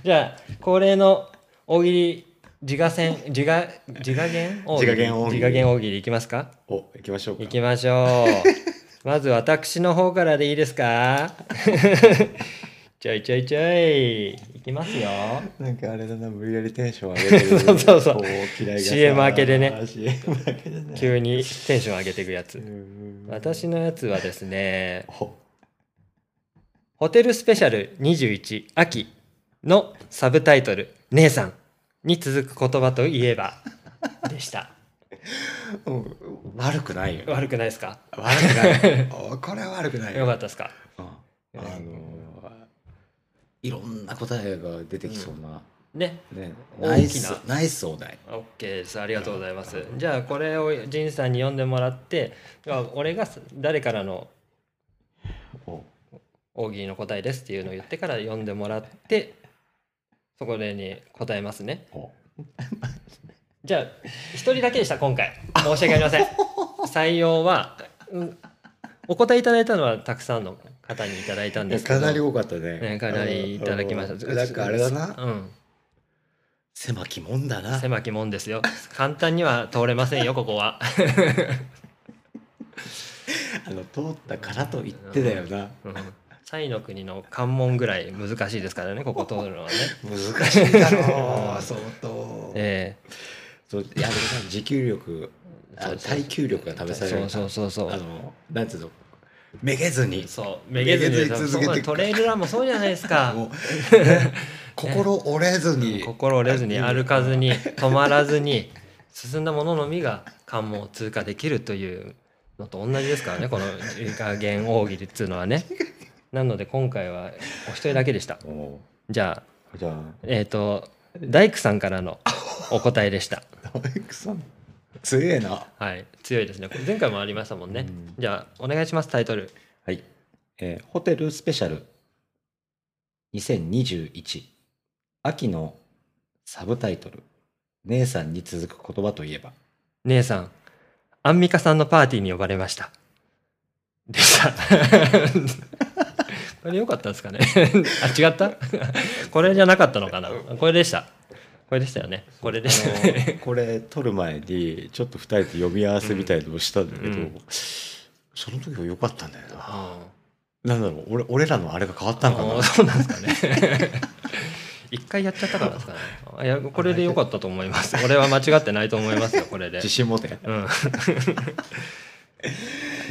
B: じゃあ恒例の大喜利自我戦自我自我 言大喜利
C: 自我言大喜利
B: 自我言大喜利いきますか。
C: お行きましょうか
B: いきましょう。まず私の方からでいいですか。 ちょいちょいちょいいきますよ。
C: なんかあれだな無理やりテンション上げて る
B: そうそうそう
C: こ嫌いがさ
B: CM 明けでね
C: あー CM 明けでね
B: 急にテンション上げていくや
C: う
B: つ。
C: ん
B: 私のやつはですね。
C: お
B: ホテルスペシャル21秋のサブタイトル「姉さん」に続く言葉といえばでした。
C: うん悪くないよね
B: 悪くないですか
C: 悪くない おこれは悪くない
B: よかったですか
C: うんあのーいろんな答えが出てきそうな
B: ね
C: ね、
B: 大きな
C: ナイスナイスお題
B: OK ですありがとうございますじゃあこれを仁さんに読んでもらってあ俺が誰からの
C: お
B: 大喜利の答えですっていうのを言ってから読んでもらってそこでに答えますね
C: お
B: じゃあ一人だけでした今回申し訳ありま せん採用は、うんお答えいただいたのはたくさんの方にいただいたんですけど
C: かなり多かったね
B: ねかなりいただきました
C: うんなんかあれだな
B: うん
C: 狭きもんだな
B: 狭きもんですよ簡単には通れませんよここは
C: あの通ったからと言ってだよな
B: うんサイの国の関門ぐらい難しいですからねここ通るのはね
C: 難しいだろ
B: う
C: う 相当
B: ええ
C: そういやでもさ持久力あ
B: そうそう
C: 耐久力が試されるから
B: そうそうそうそう
C: あのなんつうのめげずに
B: そうめげずに
C: めげずに続けていく
B: トレイルランもそうじゃないですか
C: もう心折れずに
B: 心折れずに歩かずに止まらずに進んだもののみが関門を通過できるというのと同じですからねこのいい加減大喜利っていうのはねなので今回はお一人だけでした
C: も
B: じゃあ
C: うじゃあ
B: えっ、と大工さんからのお答えでした
C: 大工さん強えな
B: はい強いですねこれ前回もありましたもんね
C: うん
B: じゃあお願いしますタイトル
C: はい、えーホテルスペシャル2021秋のサブタイトル「姉さんに続く言葉と いえば
B: 姉さんアンミカさんのパーティーに呼ばれましたでした これ良かったですかね あ違った これじゃなかったのかなこれでしたこれでしたよねこれ」でしたね
C: これ撮る前にちょっと2人で読み合わせみたいのをしたんだけど、
B: うん
C: その時は良かったんだよな。
B: あ
C: なんだろう俺俺らのあれが変わったんかな
B: あそうなんですかね 一回やっちゃったからですかねあいやこれで良かったと思います俺は間違ってないと思いますよこ れで
C: 自信持て。
B: うん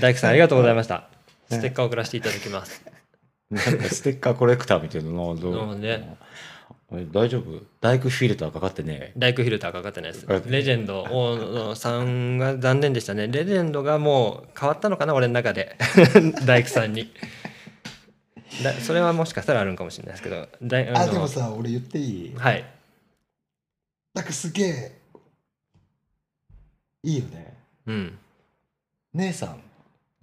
B: 大工さんありがとうございましたステッカー送らせていただきます
C: なんかステッカーコレクターみたいなのなど
B: そうね
C: え大丈夫大工フィルターかかってね
B: ライクフィルターかかってないです
C: かかっ。てない
B: レジェンドをさんが残念でしたね。レジェンドがもう変わったのかな、俺の中で。 大工さんに。だそれはもしかしたらあるんかもしれないですけど。だい
E: あ
B: の
E: でもさ俺言っていい
B: はい。
E: なんかすげえいいよね
B: うん。
E: 姉さん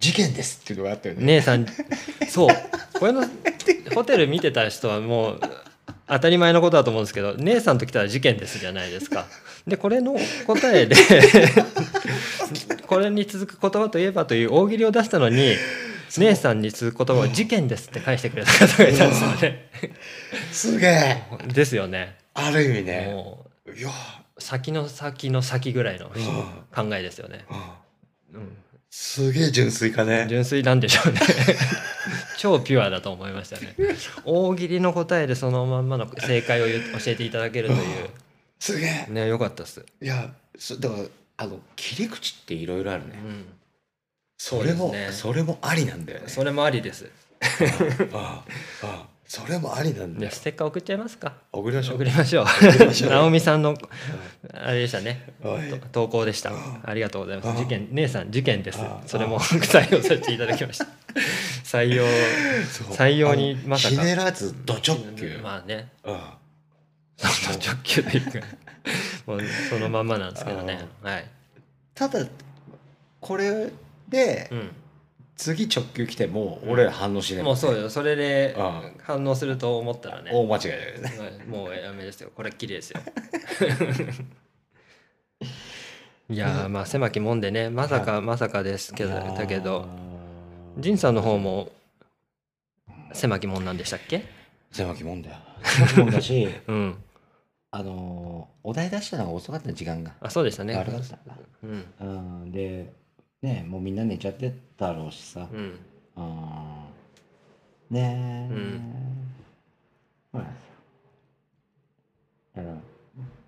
E: 事件ですっていうのがあったよね
B: 姉さん、そう。これのホテル見てた人はもう当たり前のことだと思うんですけど、姉さんと来たら事件ですじゃないですか。で、これの答えで、 これに続く言葉といえばという大喜利を出したのに、姉さんに続く言葉を事件ですって返してくれた方がいたんですよね。
E: すげえ
B: ですよね。
E: ある意味ね
B: もう
E: いや
B: 先の先の先ぐらいの考えですよね。
E: あ
B: うん
E: すげえ純粋かね
B: 純粋なんでしょうね 超ピュアだと思いましたね大喜利の答えでそのまんまの正解を言う教えていただけるという
E: すげえ
B: ね良かったっす、
E: いやそだから
C: あの切り口っていろいろある
B: う
C: ね、
B: ん、
E: それも
B: そうですね
E: それもありなんだよね
B: それもありです
E: ああああそれもありなんだ
B: で
E: よ
B: ステッカー送っちゃいますか
E: 送りましょう
B: 送りましょう
E: ましょう
B: 直美さんのあれでしたね
E: はい
B: と投稿でしたありがとうございま
E: あ
B: す事件姉さん事件です
E: あ
B: それも 採用させていただきました 採用
E: そう
B: 採用に
E: あの
B: まさか
E: ひねらずド直球
B: まあね
E: ああ
B: その直球でい くもうそのまんまなんですけどねはい
C: ただこれで
B: うん
C: 次直球来ても俺ら反応しない
B: もうそうよそれで
C: あ
B: 反応すると思ったらね
C: 大間違いだよね
B: はいもうやめですよこれっきりです よいやーまあ狭きもんでねまさかまさかですけどだけど仁さんの方も狭きもんなんでしたっけ
C: 狭きもん だよ狭きもんだし
B: うん
C: あのーお題出したのが遅かった時間が
B: あそうでしたね
C: 悪かったんだ
B: うん
C: うんでねもうみんな寝ちゃってたろうしさ
B: うん
C: うんねえ、
B: うん
C: そうなんですよだから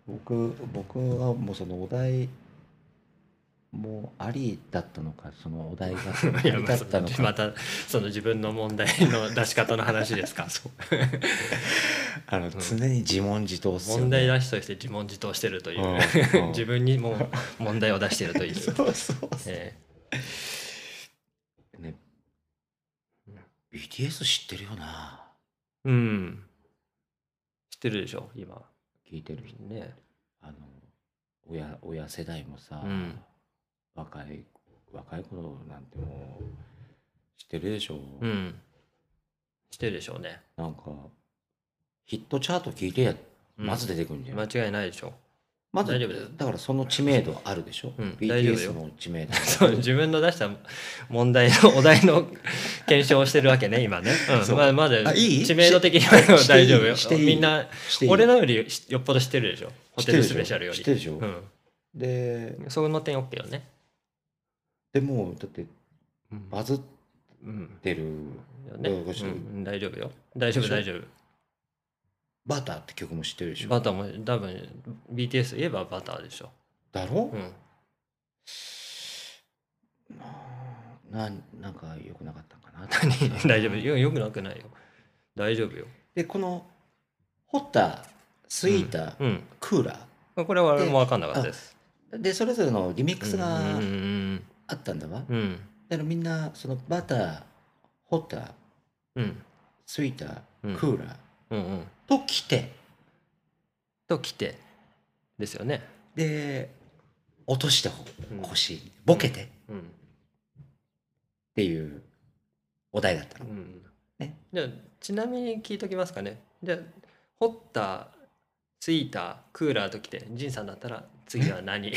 C: 僕僕はもうそのお題もうありだったのかそのお題が あ
B: いや
C: り
B: ま
C: だ
B: あ
C: っ
B: そ
C: たの
B: のま
C: か
B: たその自分の問題の出し方の話です か
C: あの常に自問自答っすよ、ね、
B: 問題出しとして自問自答してるという
C: うんうん
B: 自分にもう問題を出してるという、
C: そうそうそ
B: え
C: うね BTS 知ってるよな
B: ーうん知ってるでしょ今
C: 聞いてる人
B: ね
C: あの親親世代もさ、
B: うん
C: 若い若い頃なんてもう知ってるでしょ、
B: うんしてるでしょうね
C: なんかヒットチャート聞いてや
B: うん
C: まず出てくるんじゃない、
B: 間違いないでしょ
C: まず
B: 大丈夫だよ
C: だからその知名度あるでしょ、
B: うん
C: BTS
B: 大丈夫よ
C: の知 名度
B: そう自分の出した問題のお題の検証をしてるわけね今ね、うん、まあまだ
C: あいい
B: 知名度的には
C: していい
B: 大丈夫よ
C: していい
B: みんな
C: していい
B: 俺らよりよっぽど知ってるでしょホテルスペシャルより
C: 知ってるでしょ、
B: うん
C: で
B: その点 OK よね
C: でもだって
B: うん
C: バズっ
B: うん
C: てる
B: よね
C: うん
B: うん大丈夫よ大丈夫
C: でしょ
B: 大丈夫
C: バターって曲も知ってるでしょ
B: バターも多分 BTS 言えばバターでしょ
C: だろ、
B: うん
C: なんなんか良くなかったんかな
B: 大丈夫よよくなくないよ大丈夫よ
C: でこのホッタスイーター、
B: うん
C: クーラ
B: これは俺も分かんなかったです
C: ーでそれぞれのリミックスが
B: うん
C: あったんだわ、
B: うんうん
C: だからみんなそのバターホッター
B: うん
C: スイータ
B: うん
C: ークーラー
B: うんうん
C: ときて
B: と来てですよね
C: で落としてほ
B: うん
C: 欲しいボケてっ
B: うん
C: ていうお題だったの、
B: うん
C: ね
B: じゃあちなみに聞いときますかねじゃあホッターツイータークーラーときてジンさんだったら次は何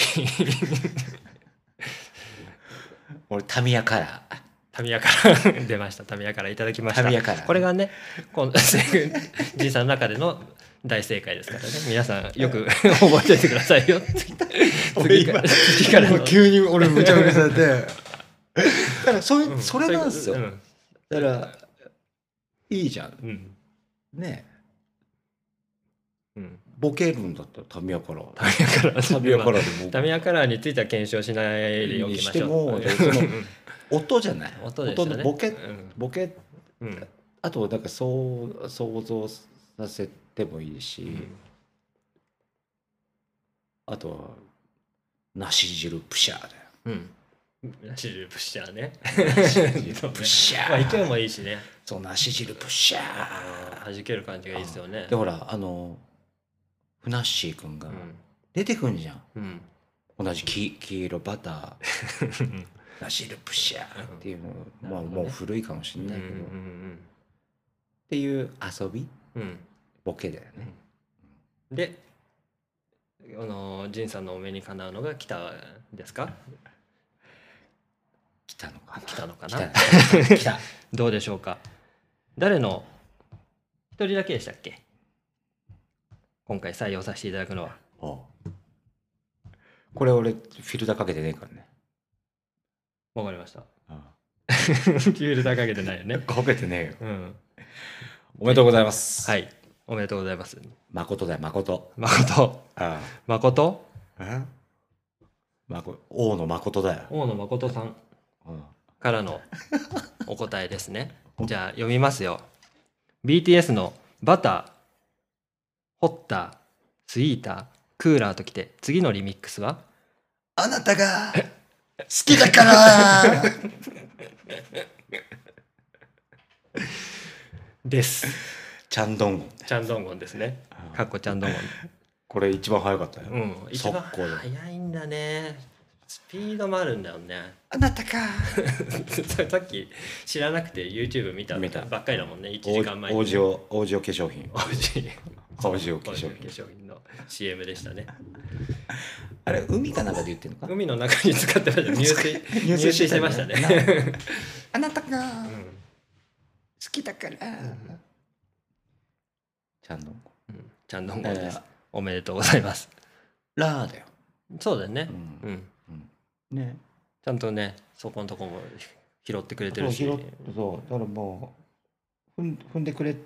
C: 俺タミヤカラー
B: タミヤから 出ましたタミヤからいただきました
C: タミヤから
B: これがねこ のジンさんの中での大正解ですからね皆さんよく 覚えておいてくださいよ次か
E: 俺今
B: 次からの
E: 急に俺むちゃくちゃされ て
C: だからそれ,、
B: うん
C: それなんですよ、
B: うん
C: だからいいじゃん
B: うん
C: ね
B: うん
C: ボケるんだったらタミヤカラー
B: タミヤカラー
C: タミヤカラーでも
B: タミヤカラーについては検証しないでおきましょう。
C: にしても
B: うん
C: そ音じゃない
B: 音ですよね。
C: のボケ
B: うん
C: ボケ
B: うん
C: あとなんかそう想像させてもいいし、あとは梨汁プシャーだよ
B: うん。シルプシャーね。
C: 梨汁プシ
B: まあ
C: ャ
B: 勢い
C: ー
B: もいいしね。
C: そう梨汁プシャー
B: 弾ける感じがいいですよね
C: で。ほらあのふなっしーくんが出てくんじゃん、
B: うん。うん。
C: 同じ黄黄色バター 梨汁プシャーっていうの、まあ、
B: なるほどね
C: もう古いかもしれ
B: うんう
C: ないけど、っ
B: ん
C: ていう遊び
B: うんうん。
C: ボケだよね
B: で、あのジンさんのお目にかなうのが来たですか？
C: 来たのかな
B: 来たのか
C: 来た
B: な？
C: 来 た
B: どうでしょうか？誰の一人だけでしたっけ？今回採用させていただくのは。
C: これ俺フィルターかけてねえからね
B: わかりました。
C: あ
B: キュール高げてないよね。
C: かけてねえよ
B: うん。
C: おめでとうございます
B: はいい。おめでとうございます。
C: 誠だよ誠
B: 誠。
C: あ
B: 誠
C: あまこ王の誠だよ、
B: 大野誠さん
C: うん
B: からのお答えですね。じゃあ読みますよ。BTS のバター、ホッター、スイーター、クーラーときて次のリミックスは
E: あなたが好きだから
B: です。
C: ちゃんどんごん
B: チャンドンゴンですね。かっこチャンドンゴン。
C: これ一番早かったよ、
B: うん。一番
C: 速攻で
B: 早いんだね。スピードもあるんだよね。
E: あなたが
B: さっき知らなくて YouTube 見た
C: 見た
B: ばっかりだもんね1
C: 王
B: 時間前に
C: 王子を王子を化粧品
B: 王子
C: 王子を化
B: 王子
C: 粧
B: の化
C: 品
B: 粧品の CM で したね
C: あれ海かなんかで言ってんのか
B: 海の中に使ってました 入水入水してましたね
E: あなたが
B: うん
E: 好きだから
C: ちゃんどんごん
B: うんちゃんと本です
C: だか
B: おめでとうございます
C: らラーだよ、
B: そうだよね
C: うん
B: うん
C: ね
B: ちゃんとねそこのとこも拾ってくれてるし
C: そう拾ってそうだからもう踏ん踏んでくれ
B: う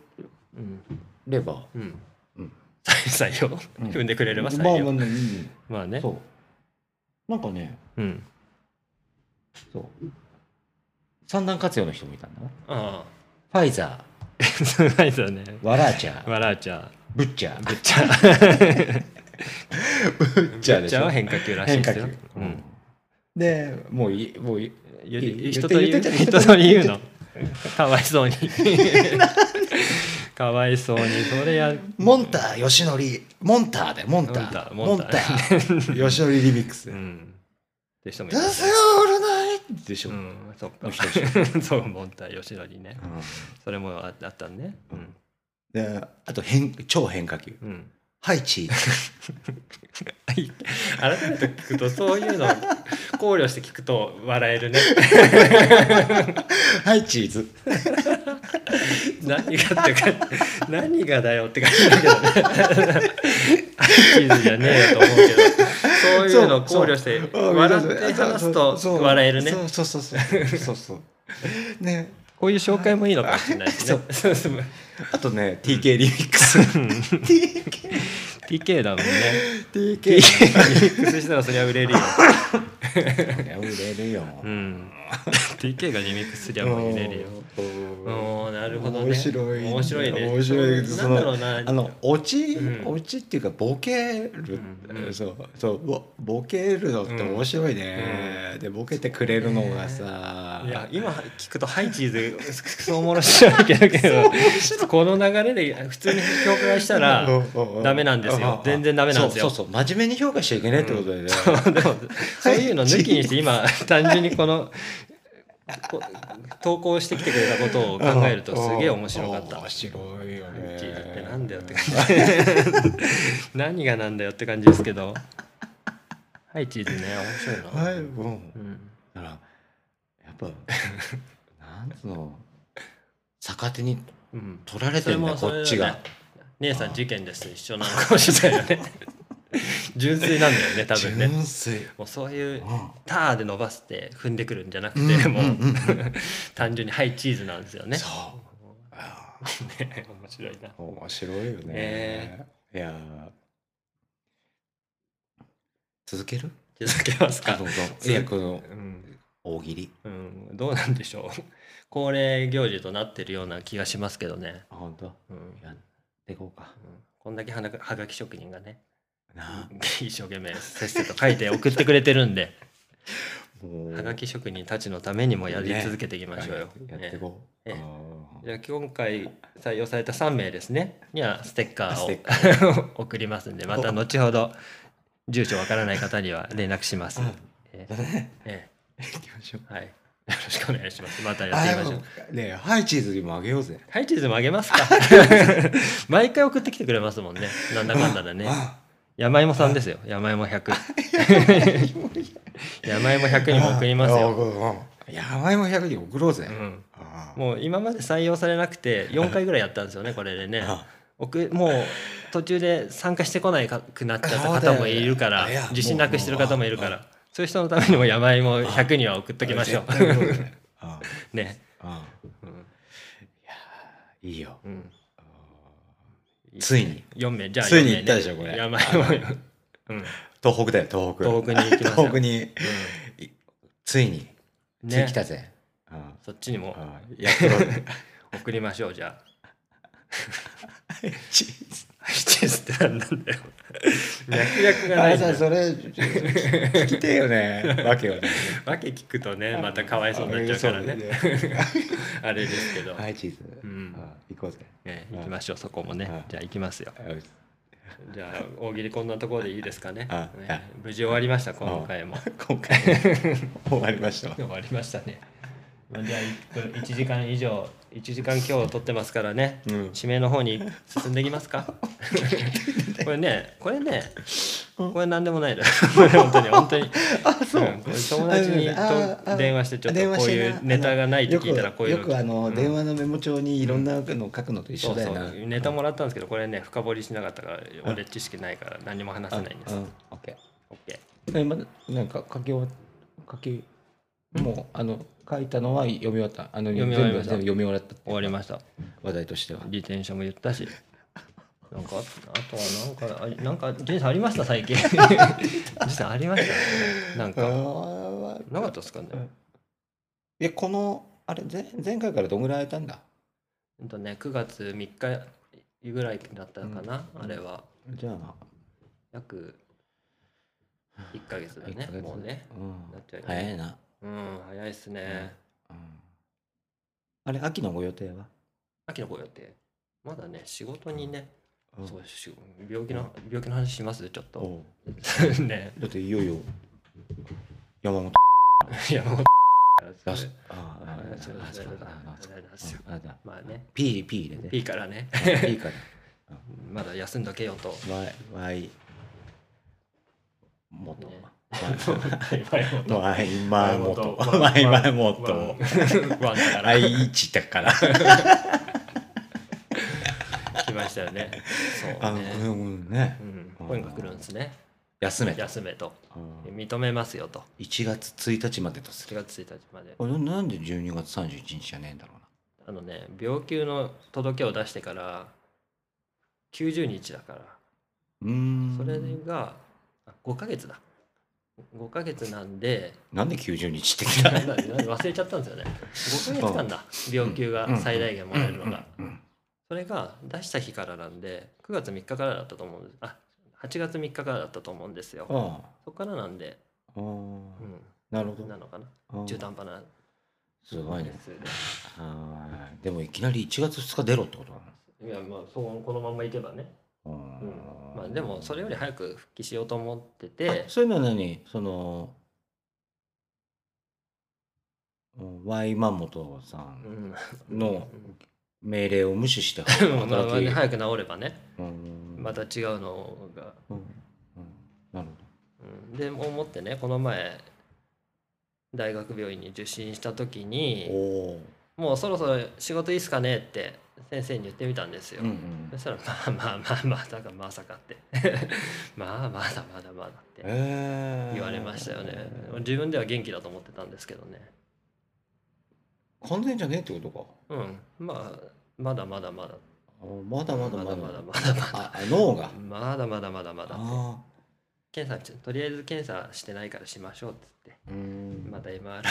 B: ん
C: れば
B: うん
C: うん
B: 採用
C: うん
B: 踏んでくれれば
C: ま
B: 採
C: あまあ
B: 用
C: ねうん
B: まあね
C: そうなんかね
B: うん
C: そう三段活用の人もいたんだな
B: あ
C: ファイザ
B: あそうないですよね
C: ーワラーチャー
B: わらちゃ
C: ブッチャー
B: ぶっちゃ
C: ブッチャー
B: じゃあ変化球らしいで
C: 変化
B: す
C: 球
B: よ。う
C: うんん。でもういいもういい
B: よ
C: 言って
B: 人と言う
C: 言って
B: 人と言うの。かわいそうに。かわいそうにそれや
C: モンターよしのりモンターだよモンター
B: モ
C: モ
B: ン
C: ン
B: タ
C: タ
B: ー
C: ーよしのりリミックス
B: う
C: で
B: んって人もい
C: すよ
B: る
C: オールナイトでしょ、
B: うんそっ
F: も
B: か
F: う一人
B: そうモンター吉典ね
F: うん
B: それもああったねうん
C: であと変超変化球
B: うん
C: ハイチ
B: はい改めて聞くとそういうのを考慮して聞くと笑えるね
C: ーズハイチーズ
B: 何がってか 何がだよって感じだけどねチーズじゃねえよと思うけどそういうのを考慮して 笑って話すと笑えるね
C: そうそうそうそうそうそ うね
B: こういう紹介もいいのかもしれないしねそう そう
C: あとね TK リミックス
B: TK だもんね
C: TK
B: ミッ クスしたらそりゃ売れるよ
F: 売れるよ。
B: うん TK がリミックスすりゃもう入れるよ
C: よ
B: おーなるほどね
C: 面白いね
B: 面白いね
C: 面白い
B: そ
C: そ
B: の
C: の
B: なんだろうな
C: あのオチ、
B: うん
C: オチっていうかボケる、
B: うん
C: そうそうぼボケるのって面白いね、でボケてくれるのがさ、
B: いや今聞くと「ハイチーズ」くそおもろしないけどけどこの流れで普通に評価したらダメなんですよ全然ダメなんですよ
C: そうそうそう真面目に評価しちゃいけないってことだよね、
B: でもそういうの抜きにして今単純にこ のこ投稿してきてくれたことを考えるとすげえ面白かった。
C: 面白いよ
B: ハイ
C: ね
B: チーズってなんだよって感じ何がなんだよって感じですけどハイチーズね面白いな、
C: はいもう
B: うん
F: だから、やっぱ、なんつうの、逆手に
B: うん、
F: 取られ
B: そ
F: て
B: れ
F: んだ
B: も
F: よ、こ
B: それ
F: っ
B: だ
F: ちが。
B: 姉さん事件ですと一緒なのかもしれないよね純粋なんだよね多分ね
C: 純粋
B: もうそう
F: う
B: いう
F: ん
B: ターで伸ばして踏んでくるんじゃなくて、もう、
C: うんうんうん
B: 単純にハイチーズなんですよね
C: そう
B: ね面白いな
C: 面白いよね、
B: ね
C: いやー続ける
B: 続けますか
F: どうぞ
C: いやこの
B: うん、
F: 大喜利。
B: うん、どうなんでしょう恒例行事となってるような気がしますけどね、
F: あ、ほんと
B: うん
F: やっていこうか。
B: うんこんだけはなかはがき職人がね
C: な
B: 一生懸命せっせと書いて送ってくれてるんで
C: もう
B: はがき職人たちのためにもやり
C: ね
B: 続けていきましょうよ。
C: やっていこう、
B: ええ
C: あ
B: じゃあ今回採用された3名ですねにはステッカ
C: ステッ
B: ーを送りますんでまた後ほど住所わからない方には連絡します。え
C: ーね
B: え
C: 行きましょう
B: はい、よろしくお願いします。またやっ
C: あ
B: てみ
C: で
B: ましょう
C: も。ねえハイチーズにもあげようぜ
B: ハイチーズもあげ ますか毎回送ってきてくれますもんねなんだかんだでね
C: あ
B: 山芋さんですよ山芋100山芋100にも送ります
C: あ
B: よ、
C: うん山芋100人送ろうぜ、
B: うん、
C: ああ
B: もう今まで採用されなくて4回ぐらいやったんですよねこれでね
C: あ
B: 僕もう途中で参加してこないかくなっちゃった
C: そうだよ
B: 方
C: ね
B: もいるから
C: いや
B: 自信なくしてる方もいるか
C: も
B: らそういう人のためにも山芋100には送っときましょ
C: 絶対送ろ
B: う
C: うぜあ
B: ね、
C: あ
B: うん
C: いいよ
B: うん、
C: ついに
B: 4名じゃあ
C: ついに
B: 4名ね
C: 行ったでしょこれ
B: 山芋うん
C: 東北だよ東北
B: 東北に行きますよ
C: 東北についに
B: うん
F: 次
B: ね
F: 来たぜ。
C: あ
B: そっちにも
C: あやってろうぜ
B: 送りましょうじゃあ
C: チーズ
B: ハイチーズって何なんだよ脈絡が
C: あ
B: ない
C: れ
B: んだ
C: さ
B: よ
C: それ聞きてえよねわけよね
B: わけ聞くとねまたかわいそうになっちゃうからねあれですけど、
C: ハイチーズ
B: うん
C: あ行こうぜ
B: ね、行きましょうそこも
C: はい
B: ねじゃあ行きますよ
C: あ
B: じゃあ大喜利こんなところでいいですかね
C: あ
B: ね
C: あ
B: 無事終わりました今回も
C: 今回終わりました わ
B: 終わりましたねじゃあ1時間以上1時間今日取ってますからね、
C: うん
B: 指名の方に進んでいきますか これねこれねこれ何でもないのこれ 本当に本当にうんこれ友達に
C: あーあ
B: と
C: ー
B: 電話してちょっと
C: 電話
B: こう
C: して
B: いう
C: な
B: ネタがないって聞いたらこういう
C: よくよくあの、
B: うん
C: 電話のメモ帳にいろんなの書くのと一
B: そ
C: 緒
B: う
C: だ
B: そ
C: よな、
B: うネタもらったんですけどこれね深掘りしなかったから俺知識ないから何も話せないんです
C: うんうんオッケ
B: OK
F: え、まだ、なんか書き終わっ書き、もう、あの、書いたのは読み終わった。あの、
B: 読
F: 全
B: み
F: 部
B: 終わりま
F: 全部
B: した
F: 読み終わった。
B: 終わりました
F: 話題としては。
B: 自転車も言ったしなんかあとはなんかあなんか人生ありました最 近人生ありましたなんか
C: あ
B: なかったですかね
C: いやこのあれ前前回からどんぐらい空いたんだ
B: うんとね9月3日ぐらいになったかな、あれは
F: じゃあ、
B: 約1ヶ月だね
F: 一ヶ月
B: もうね
F: うん
B: なっちゃうよね
F: 早いな。
B: うん早いっすね、
F: うんあれ、秋のご予定は
B: 秋のご予定まだね仕事にね、
C: うん
B: そうし病気の病気の話しますちょっと、
C: おう
B: ね
C: だっていよいよ山本
B: 山本
C: 出すああああ
B: そう
C: あそうだあ
B: そうなんです
C: そ
B: よ
C: うだあだ
B: まあね
C: P P 入れて
B: いいからね
C: いいから
B: まだ休んどけよと
C: Y Y 元
B: ね
C: Y 前元
B: 前元
C: Y 前
B: ワン
C: 元
B: ワンだから
C: I 一だから
B: 来ましたよねそ
C: あ
B: う
C: の
B: ね、
C: うんね
B: うん、こういうのが来るんですね
C: 休め
B: 休めと
C: うん
B: 認めますよと
C: 1月1日までとす
B: 4
C: る
B: 月1日まで
C: これなんで12月31日じゃねえんだろうな
B: あのね病休の届けを出してから90日だから
C: うーん
B: それがあ5ヶ月だ5ヶ月なんで
C: なんで90日ってき
B: な
C: た
B: んだ忘れちゃったんですよね5ヶ月間だ病休が最大限もらえるのが
C: うん
B: それが出した日からなんで9月3日からだったと思うんですあ8月3日からだったと思うんですよ
C: あ
B: そこからなんで
C: あああ
B: う
C: なるほ
B: んな
C: ど
B: のかな
C: ああ
B: 中途半端な
C: すごい
B: で
C: ね
B: す
C: あーでもいきなり1月2日出ろってことなの
B: いやまあそうこのままいけばねまあでもそれより早く復帰しようと思ってて
C: そういうのは何そのうんワイマンモトさ
B: うんん
C: の
B: うん
C: 命令を無視して
B: まあまあ
C: 働き
B: 早く治ればね
C: うん
B: また違うのが、
C: うんうんなる
B: うん、で思ってねこの前大学病院に受診した時
C: ほど
B: に
C: おお
B: もうそろそろ仕事いいっすかねって先生に言ってみたんですよ、
C: うんう
B: そ
C: ん
B: したらまあまあまあまあだからまさかって まあまだまだまだって
C: えー
B: 言われましたよね自分では元気だと思ってたんですけどね
C: 完全じゃねえってことか
B: うんまあまだまだまだ
C: あまだまだ
B: ま
C: まだ
B: だまだまだまだ
C: ああ脳が
B: まだまだまだまだ
C: あ
B: 検査とりあえず検査してないからしましょうっつって
C: あうん
B: また MRI やって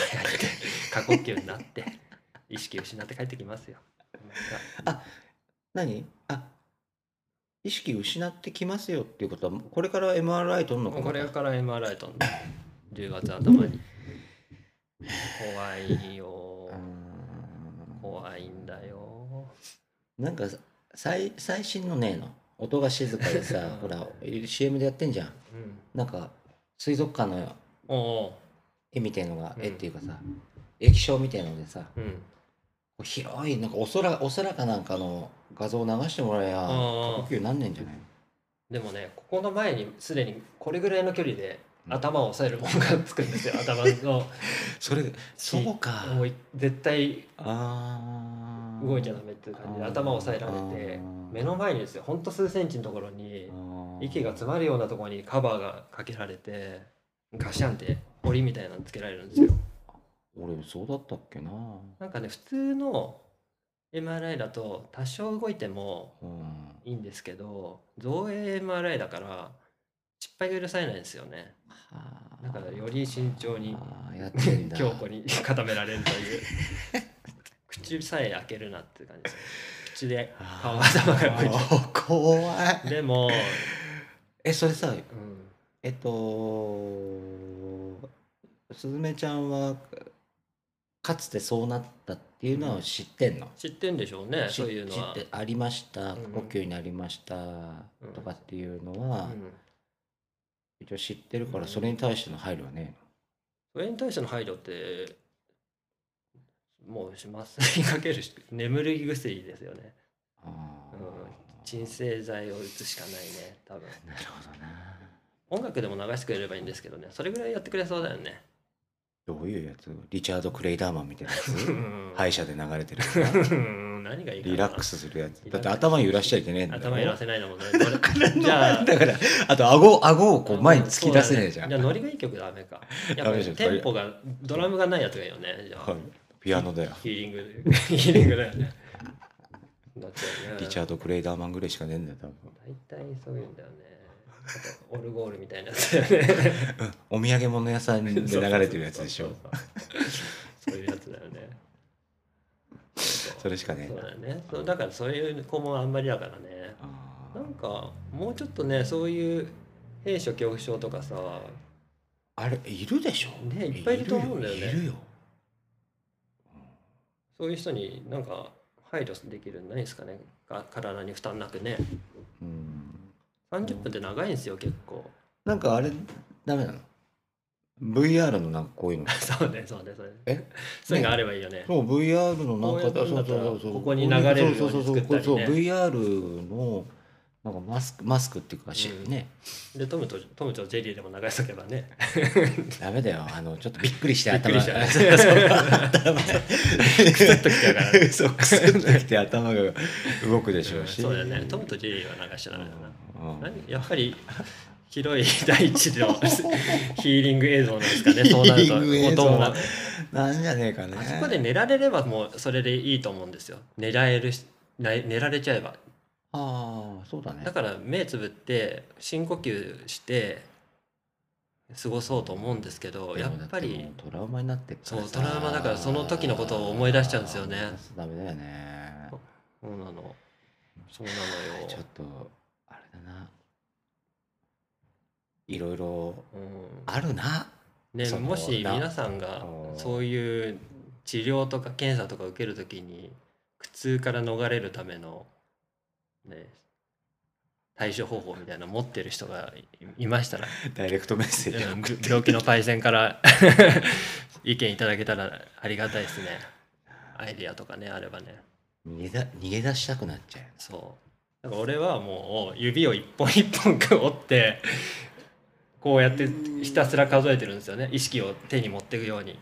B: 過呼吸になって 意識失って帰ってきますよ。
C: 何あ意識失ってきますよっていうことはこれから MRI 取るのか
B: こ
C: な
B: れから MRI 飛んで10月頭に怖いよ
C: うん
B: 怖いんだよ
C: なんかさ最最新のねえの音が静かでさ ほら CM でやってんじゃん
B: うん
C: なんか水族館の
B: おお
C: 絵みたいのが、
B: うん
C: 絵っていうかさ液晶みたいのでさ
B: うん
C: こう広いなんかお空お空かなんかの画像を流してもらえや過
B: ー
C: 呼吸なんねんじゃない
B: でもねここの前にすでにこれぐらいの距離で頭を押さえるもんがつくんですよ頭 の
C: それ
B: し
C: そうか
B: もう絶対
C: あー
B: 動いちゃダメっていう感じで頭を押さえられて
C: あー
B: 目の前にですよほんと数センチのところに
C: あー
B: 息が詰まるようなところにカバーがかけられてガシャンって檻みたいなのつけられるんですよ
C: 俺そうだったっけな
B: なんかね普通の MRI だと多少動いても
C: うん
B: いいんですけど造影 MRI だから失敗が許されないんですよねだからより慎重に
C: あーやってん だ
B: 強固に固められると いう口さえ開けるなっていう感じですよ口で顔頭が動いちゃ
C: あー 怖いう
B: でも、
C: えそれさ
B: うん、
C: えっとすずめちゃんはかつてそうなったっていうのは知ってんの、
B: 知ってんでしょうね
C: し
B: そういうのは
C: 知ってありました
B: うん
C: 呼吸になりました、
B: ん
C: とかっていうのは、
B: うん
C: 一応知ってるか
B: う
C: ら
B: ん
C: それに対しての配慮はね、
B: それに対しての配慮ってもうします にかけるし眠る薬ですよね、
C: あ
B: う
C: ー
B: ん、鎮静剤を打つしかないね多分
C: なるほどな
B: 音楽でも流してくれればいいんですけどねそれぐらいやってくれそうだよね
C: どういうやつリチャード・クレイダーマンみたいな やつ歯
B: い
C: 医者で流れてる
B: 何がいいかな
C: リラックスするやつ
B: リラッ
C: だ
B: クス
C: って頭揺らしちゃいけねえんだよ
B: 頭揺らせないのもねどれじゃあ
C: だからあと顎顎をこう前に突き出せねえじゃ、
B: そうんだねじゃあノリがいい曲ダメ かや
C: ダ
B: っぱ
C: メ
B: り
C: じゃん
B: テンポがドラムがないやつがいいよねじゃあ
C: はいピアノだよ
B: ヒーリングヒーリングだよ ねなっちゃうね
C: リチャード・クレイダーマンぐらいしかねえんだよ多分
B: 大体そういうんだよね。あとオルゴールみたいなやつだよね。
C: お土産物屋さんで流れてるやつでしょ
B: そうそうそう。そういうやつだよね。
C: それしかね
B: そう
C: え
B: だよね。そうだからそういう子もあんまりだからね。
C: あ
B: な
C: ー
B: んかもうちょっとねそういう閉所恐怖症とかさ
C: あれいるでしょ
B: ねいっぱいいると思うんだよね
C: いるよ
B: そういう人になんか配慮できるんないですかねか体に負担なくね
C: うん
B: 30分って長いんですよ結構
C: なんかあれダメなの VR のなんかこういう の
B: そうねそうねそうね
C: え
B: そういうのがあればいいよね
C: そう VR のなんか
B: こうやるんだったらここに流れるように作ったりね
C: そうそうそうそうそう VR のなんかマスクマスクっていうかし、
B: うん
C: ね
B: でトムとトムとジェリーでも流しとけばね
C: ダメだよあのちょっとびっくりして
B: びっくりしちゃう
C: そうそう
B: クスッときちゃうからね
C: そうくすっときて頭が動くでしょうし、
B: そうだよねトムとジェリーは流しちゃダメだな
C: うん
B: 何やっぱり 広い大地の ヒーリング映像なんですかねそうなる
C: ヒーリング映
B: と
C: 像
B: 音も
C: だなんじゃねえかね
B: あそこで寝られればもうそれでいいと思うんですよ寝られるし寝寝られちゃえば
C: ああそうだね
B: だから目つぶって深呼吸して過ごそうと思うんですけど
C: で
B: や
C: もだ
B: っぱ
C: ても
B: り
C: うトラウマになってっから
B: そう
C: さ
B: トラウマだからその時のことを思い出しちゃうんですよね
C: あーダメだよね
B: そうなのそうなのよ
C: ちょっとあれだないろいろ
B: うん
C: あるな
B: ね
C: その
B: もし
C: な
B: 皆さんが
C: うん
B: そういう治療とか検査とか受けるときに苦痛から逃れるための、ね、対処方法みたいなの持ってる人がいいました ら
C: ダイレクトメッセージ
B: うんび病気のパイセンから 意見いただけたらありがたいですねアイディアとかねあればね
C: 逃げだ逃げ出したくなっちゃう
B: そうだから俺はもう指を一本一本折ってこうやってひたすら数えてるんですよね意識を手に持っていくように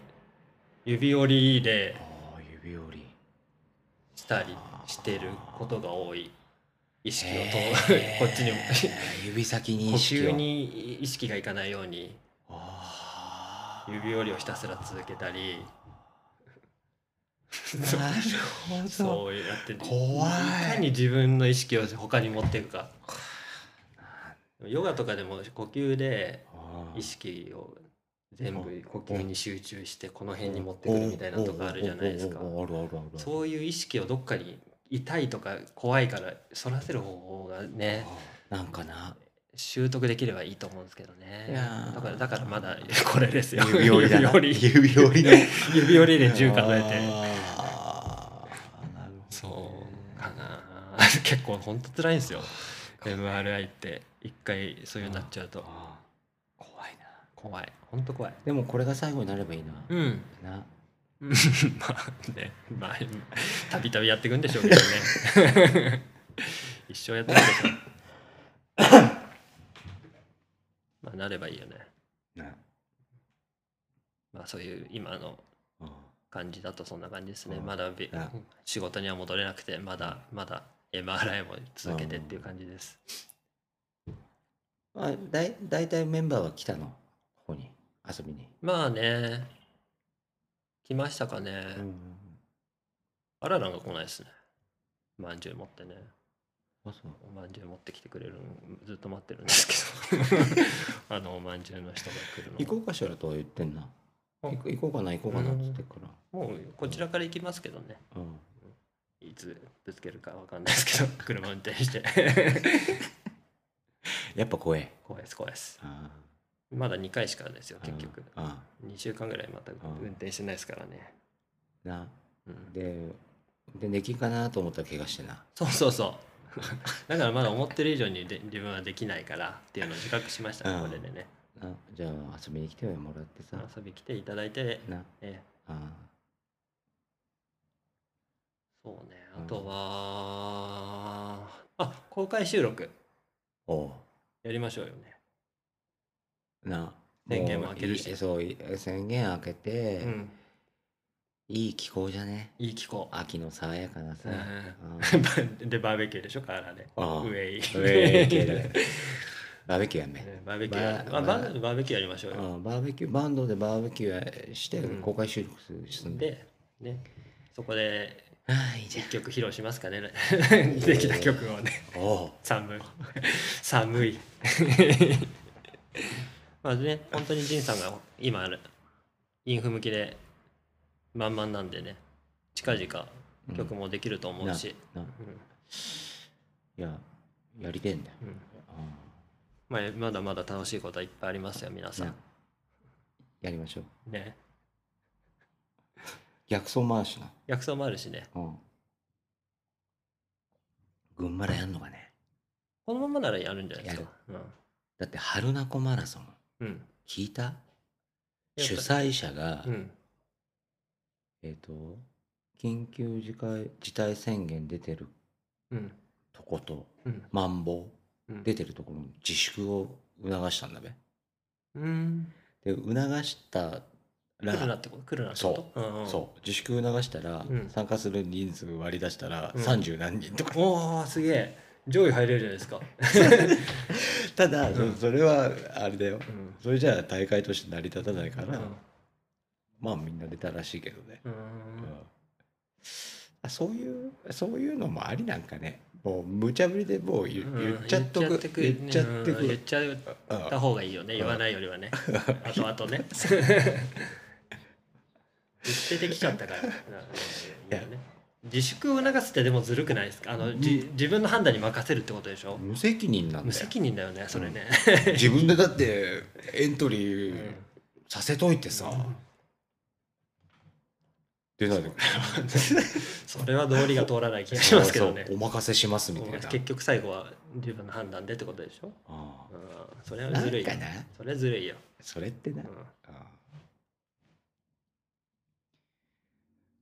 B: 指折りで
C: ああ指折り
B: したりしてることが多い意識をと、
C: へー
B: こっちにも
C: 指先に
B: 呼
C: 意識を
B: 吸に意識がいかないように
C: あー
B: 指折りをひたすら続けたり
C: なるほど
B: そうやって
C: 怖い
B: かに自分の意識を他に持っていくかヨガとかでも呼吸で
C: あー
B: 意識を全部呼吸に集中してこの辺に持ってくるみたいなとかあるじゃないですか
C: おおおおおあるあるあるある
B: そういう意識をどっかに痛いとか怖いからそらせる方法がね
C: なんかな
B: 習得できればいいと思うんですけど
C: い
B: ね
C: やー
B: だからだからまだこれですよ
C: 指折りだな
B: 指折り
C: 指折りの
B: 指折りで10数えて
C: あーなるほどね
B: そうかな結構ほんと辛いんですよ MRI って一回そういうになっちゃうと
C: あー怖いな
B: 怖いほんと怖い
C: でもこれが最後になればいいな、
B: うん
C: な
B: うん まあねまあたびたびやっていくんでしょうけどね 一生やってるでしょまあなればいいよね
C: な
B: まあそういう今の
C: あ
B: 感じだとそんな感じですね
C: うん
B: まだび
C: な
B: 仕事には戻れなくてまだまだ MRI も続けてっていう感じです
C: あだい大体メンバーは来たのここに遊びに、
B: まあね来ましたかね、あらなんか来ないですねまんじゅう持ってね
C: あそう
B: おまんじゅう持ってきてくれるのずっと待ってるんですけど あのおまんじゅうの人が来るの
C: 行こうかしらとは言ってんな
B: あ
C: 行こ行こうかな行こうかなっつってっか
B: もうこちらから行きますけどね
C: ら、うん
B: いつぶつけるかわかんないですけど 車運転して
C: やっぱ怖え
B: 怖いです怖いです
C: あ
B: まだ2回しかですよ
C: ー
B: 結局
C: あ
B: 2週間ぐらいまた
C: ん
B: 運転してないですからね、
C: ーな
B: うん、
C: ででできんかなと思ったら怪我してな
B: そうそうそう だからまだ思ってる以上にで自分はできないからっていうのを自覚しましたね、
C: うん
B: これでね
C: なじゃあ遊びに来てもらってさ
B: 遊び来ていただいて、
C: な
B: ええ
C: あー
B: そうね
C: う
B: あ
C: ん
B: とは、あ公開収録
C: おう
B: やりましょうよね
C: な
B: 宣言も開けるし
C: もういいそうい宣言開けて、
B: うん
C: いい気候じゃね
B: いい気候
C: 秋の爽やかなさ、
B: うん
C: うん
B: でバーベキューでしょからで
C: ああ
B: ウェイ
C: ウェイ 系でバーベキューやんね、
B: ねバーベキュー
C: バ
B: バ
C: ー
B: バンドでバーベキューやりましょう
C: う
B: よ、
C: ん、バーベキューバンドでバーベキューして
B: うん
C: 公開収録するすんで、
B: でねそこで
C: ああいいじゃ
B: 一曲披露しますかね できた曲をね
C: んおう
B: 寒い寒い まあね本当に仁さんが今あるインフ向きで満々なんでね近々曲もできると思うし、
C: な
B: うん
C: いややりてえんだよ、
B: うん
C: うん
B: まあ、まだまだ楽しいことはいっぱいありますよ皆さ
C: なんやりましょう
B: ね
C: 逆走回しな、
B: 薬草もあるしね
C: うん、群馬らやんのがね
B: このままならやるんじゃないですか。
C: だって春名湖マラソン
B: うん。うん。
C: 聞いた
B: やっ
C: 主
B: ぱ
C: 催者が、
B: うん。
C: えっ、と緊急事態事態宣言出てる
B: うん。
C: とこと
B: うん。
C: マンボ
B: うん
C: ウ出てるところに自粛を促したんだべ
B: うん。
C: で促した
B: 来るな
C: ら
B: ってこと来るなって
C: そう
B: ことうんうん
C: そう自粛促したら、
B: うん
C: 参加する人数割り出したら
B: うん
C: 30何人とか、
B: おおすげえ上位入れるじゃないですか、
C: ただ、
B: うん
C: そそれはあれだよ
B: うん
C: それじゃあ大会として成り立たないから、
B: うん
C: まあみんな出たらしいけどね、
B: うー
C: うん
B: ん
C: あそういうそういうのもありなんかねもう無茶ぶりでもう言,、言っちゃっとく言っちゃって
B: うん言っ
C: く
B: ちゃった方がいいよね
C: ん
B: 言わないよりはねあとあと ね出てきちゃったからうんいやね自粛を促すってでもずるくないですかあの、じ自分の判断に任せるってことでしょ
C: 無責任なん
B: 無
C: だよ
B: 責任だよねそれね、
C: 自分でだってエントリ
B: う
C: ー
B: ん
C: させといてさ、出ないでくれ
B: それは道理が通らない気がしますけどね
C: そうお任せしますみたいな
B: 結局最後は自分の判断でってことでしょ、
C: ああ
B: うん、それは
C: な
B: ずる
C: ん
B: いよ
C: かな
B: それずるいよ、
C: それってな、
B: うん
C: ああ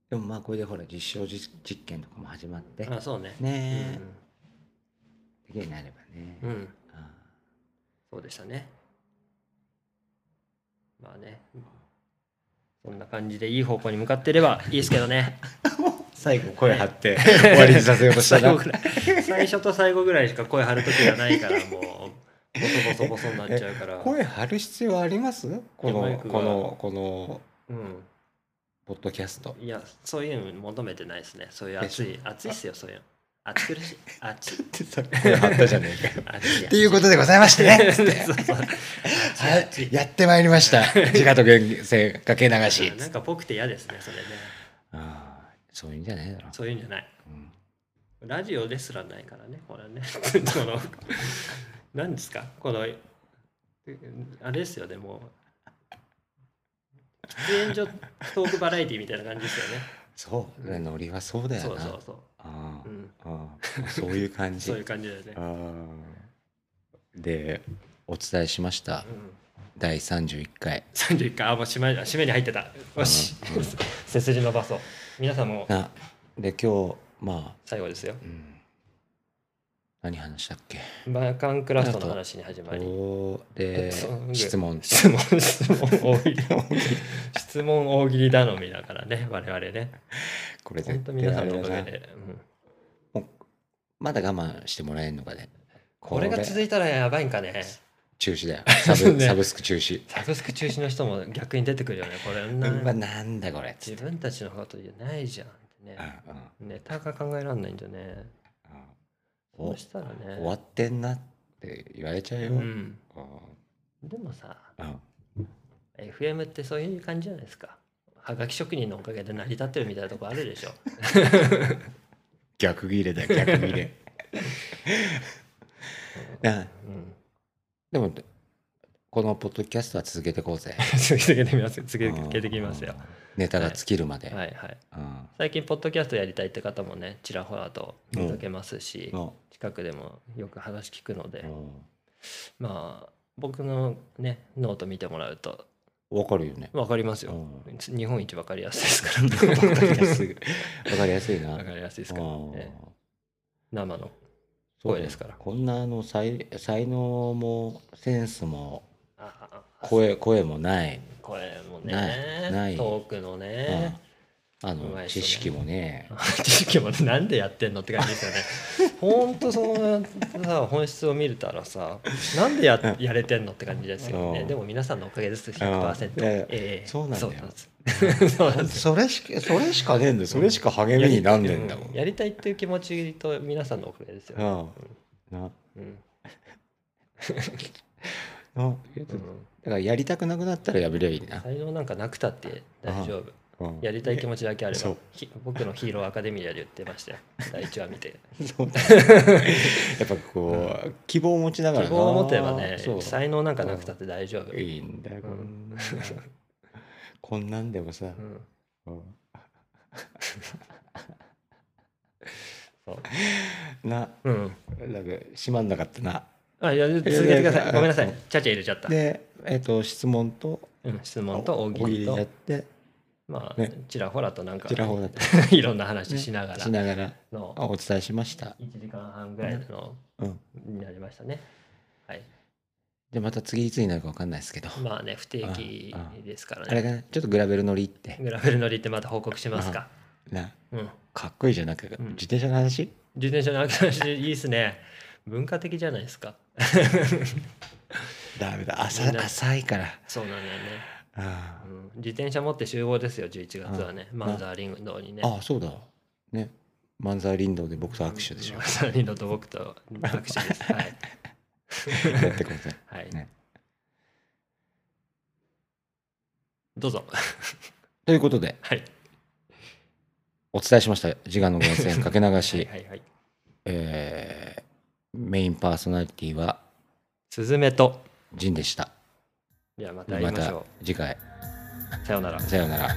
C: でもまあこれでほら実証実実験とかも始まって
B: あそうね
C: ねえ、できるようになればね、
B: うん、うん
C: ああ
B: そうでしたねまあねそんな感じでいい方向に向かってれ ばいいですけどね
C: 最後声張って終わりにさせようとした
B: 最
C: な
B: 後ぐらい最初と最後ぐらいしか声張る時がないからもうボソボソボソになっちゃうから
C: 声張る必要ありますこ
B: いやマイ
C: の
B: クが
C: このこの
B: うん
C: ポッドキャスト
B: いや、そういうの求めてないですね。そういう熱い、熱いっすよ、そういうの。熱苦しい、熱い。
C: ってさ声張ったじゃねえかよ
B: 熱い。
C: っていうことでございま してね
B: そうそう
C: はいやってまいりました自家と現世かけ流し
B: なんか僕って嫌ですね、それね。
C: ああそういうんじゃないだろ
B: そういうんじゃない。
C: うん
B: ラジオですらないからね、これはね。 その、何ですかこの、あれですよね、もう。喫煙所トークバラエティみたいな感じですよね。
C: そうノリはそうだ
B: そ
C: よ
B: う
C: な
B: そうそう。
C: ああ
B: うん、
C: ああそういう感じ
B: そういう感じだよね。
C: ああでお伝えしました
B: うん
C: 第31回
B: 31回あもう締め締めに入ってたよし、
C: うん
B: 背筋伸ばそう皆さんも
C: なで今日まあ
B: 最後ですよ
C: うん何話したっけ
B: バカンクラフトの話に始まり
C: そうで
B: そう
C: 質問
B: 質問質問大喜利質問大喜利頼みだからね我々ね
C: これ
B: 本
C: 絶
B: 当
C: 対
B: 皆さ
C: あ
B: ん
C: れ
B: のお
C: だ
B: かげ
C: な
B: で、うん
C: もうまだ我慢してもらえんのかね
B: これが続いたらやばいんかね
C: 中止 だよサブ,、
B: ね
C: サブスク中止
B: サブスク中止の人も逆に出てくるよねこれな
C: うわなんだこれつっ
B: 自分たちのことじゃないじゃんって
C: て
B: ね
C: うんうん
B: ネタが考えられないんだよね
C: うん
B: そうしたらね
C: 終わってんなって言われちゃうよ、
B: うん
C: うん
B: でもさ
C: うん
B: FM ってそういう感じじゃないですか。はがき職人のおかげで成り立ってるみたいなとこあるでしょ。
C: 逆ギレだよ逆 ギレ な
B: うん、
C: でもこのポッドキャストは続けていこうぜ
B: 続けてみますよ。続けてきますよ
C: うん。ネタが尽きるまで、
B: はいはい。
C: うん
B: 最近、ポッドキャストやりたいって方もね、ちらほらと見かけますし、
C: の
B: 近くでもよく話聞くので
C: う、ん
B: まあ、僕のね、ノート見てもらうと
C: わかるよね。
B: 分かりますよ。
C: う
B: 日本一分かりやすいですから。
C: わかりや すい。 わかりやすいな。
B: 分かりやすいですから、ね。
C: うん
B: 生の。
C: そうだよ
B: 声ですから
C: こんなあの才才能もセンスも
B: ああ
C: 声声もない、
B: これもね、
C: ないない
B: トークのね。
C: うんあ
B: うまい
C: の
B: っすよね
C: 知識もね。
B: 知識もなんでやってんのって感じですよ ね。ほんとそのさ本質を見れたらさなんでややれてんのって感じですよね。
C: うん
B: でも皆さんのおかげです
C: う
B: 100%
C: ん。いやいや
B: ええ
C: そうなんだよ
B: ですそうなんです
C: それしかそれしかねえんだよ。それしか励みになんねえんだもん。
B: やりたいっていう気持ちと皆さんのおかげですよ、ね
C: うんな
B: うん
C: な
B: う
C: だ
B: ん
C: からやりたくなくなったらやめりゃいいな。
B: 才能なんかなくたって大丈夫。
C: うん
B: やりたい気持ちだけあれ
C: そ
B: ば
C: う
B: ひ僕のヒーローアカデミアで言ってま したよ。第1話見て。
C: そうだやっぱこう希望を持ちながら
B: 希
C: な
B: 望を持てばね
C: そう、
B: 才能なんかなくたって大丈夫。
C: いいんだよ、こんな こんなんでもさ
B: う、ん
C: うん
B: そ
C: な
B: うん。
C: なんか閉まんなかったな
B: あ、いや、続けてください。ごめんなさい。ちゃちゃ入れちゃった。
C: でえっ、と質問と
B: うん、質問と大喜利
C: や
B: と
C: っ、て
B: まあ
C: ね、
B: ちらほらとなんか
C: ち、らほらと
B: いろんな話しながら
C: しながら
B: の、
C: お伝えしました
B: 1時間半ぐらいの、
C: うん
B: になりましたね。はい。
C: でまた次いつになるかわかんないですけど
B: まあね、不定期ですから
C: あれ
B: ね。
C: がちょっとグラベル乗りって
B: グラフル乗りってまた報告しますか。
C: な
B: うん。
C: かっこいいじゃんなくて
B: うん
C: 自転車の話、
B: 自転車の話いいっすね。文化的じゃないですか。
C: ダメ
B: み
C: だ浅
B: んな
C: 浅いから
B: そうなんだよね。
C: あ
B: うん、自転車持って集合ですよ、11月はね。
C: ん
B: マンザーリンドにね。
C: ー、あーそうだねマンザー林道で僕と握 手でしょ
B: マンザーリンドと僕と握手です。はい。
C: やってください
B: はい。
C: ね
B: どうぞ。
C: ということで
B: はい。
C: お伝えしました自我の源 泉かけ流し、
B: はいはい。
C: えーメインパーソナリティは
B: スズメと。
C: ジンでした
B: じゃあまた会い
C: ま
B: ましたょ
C: 次回
B: う。さようなら。
C: さようなら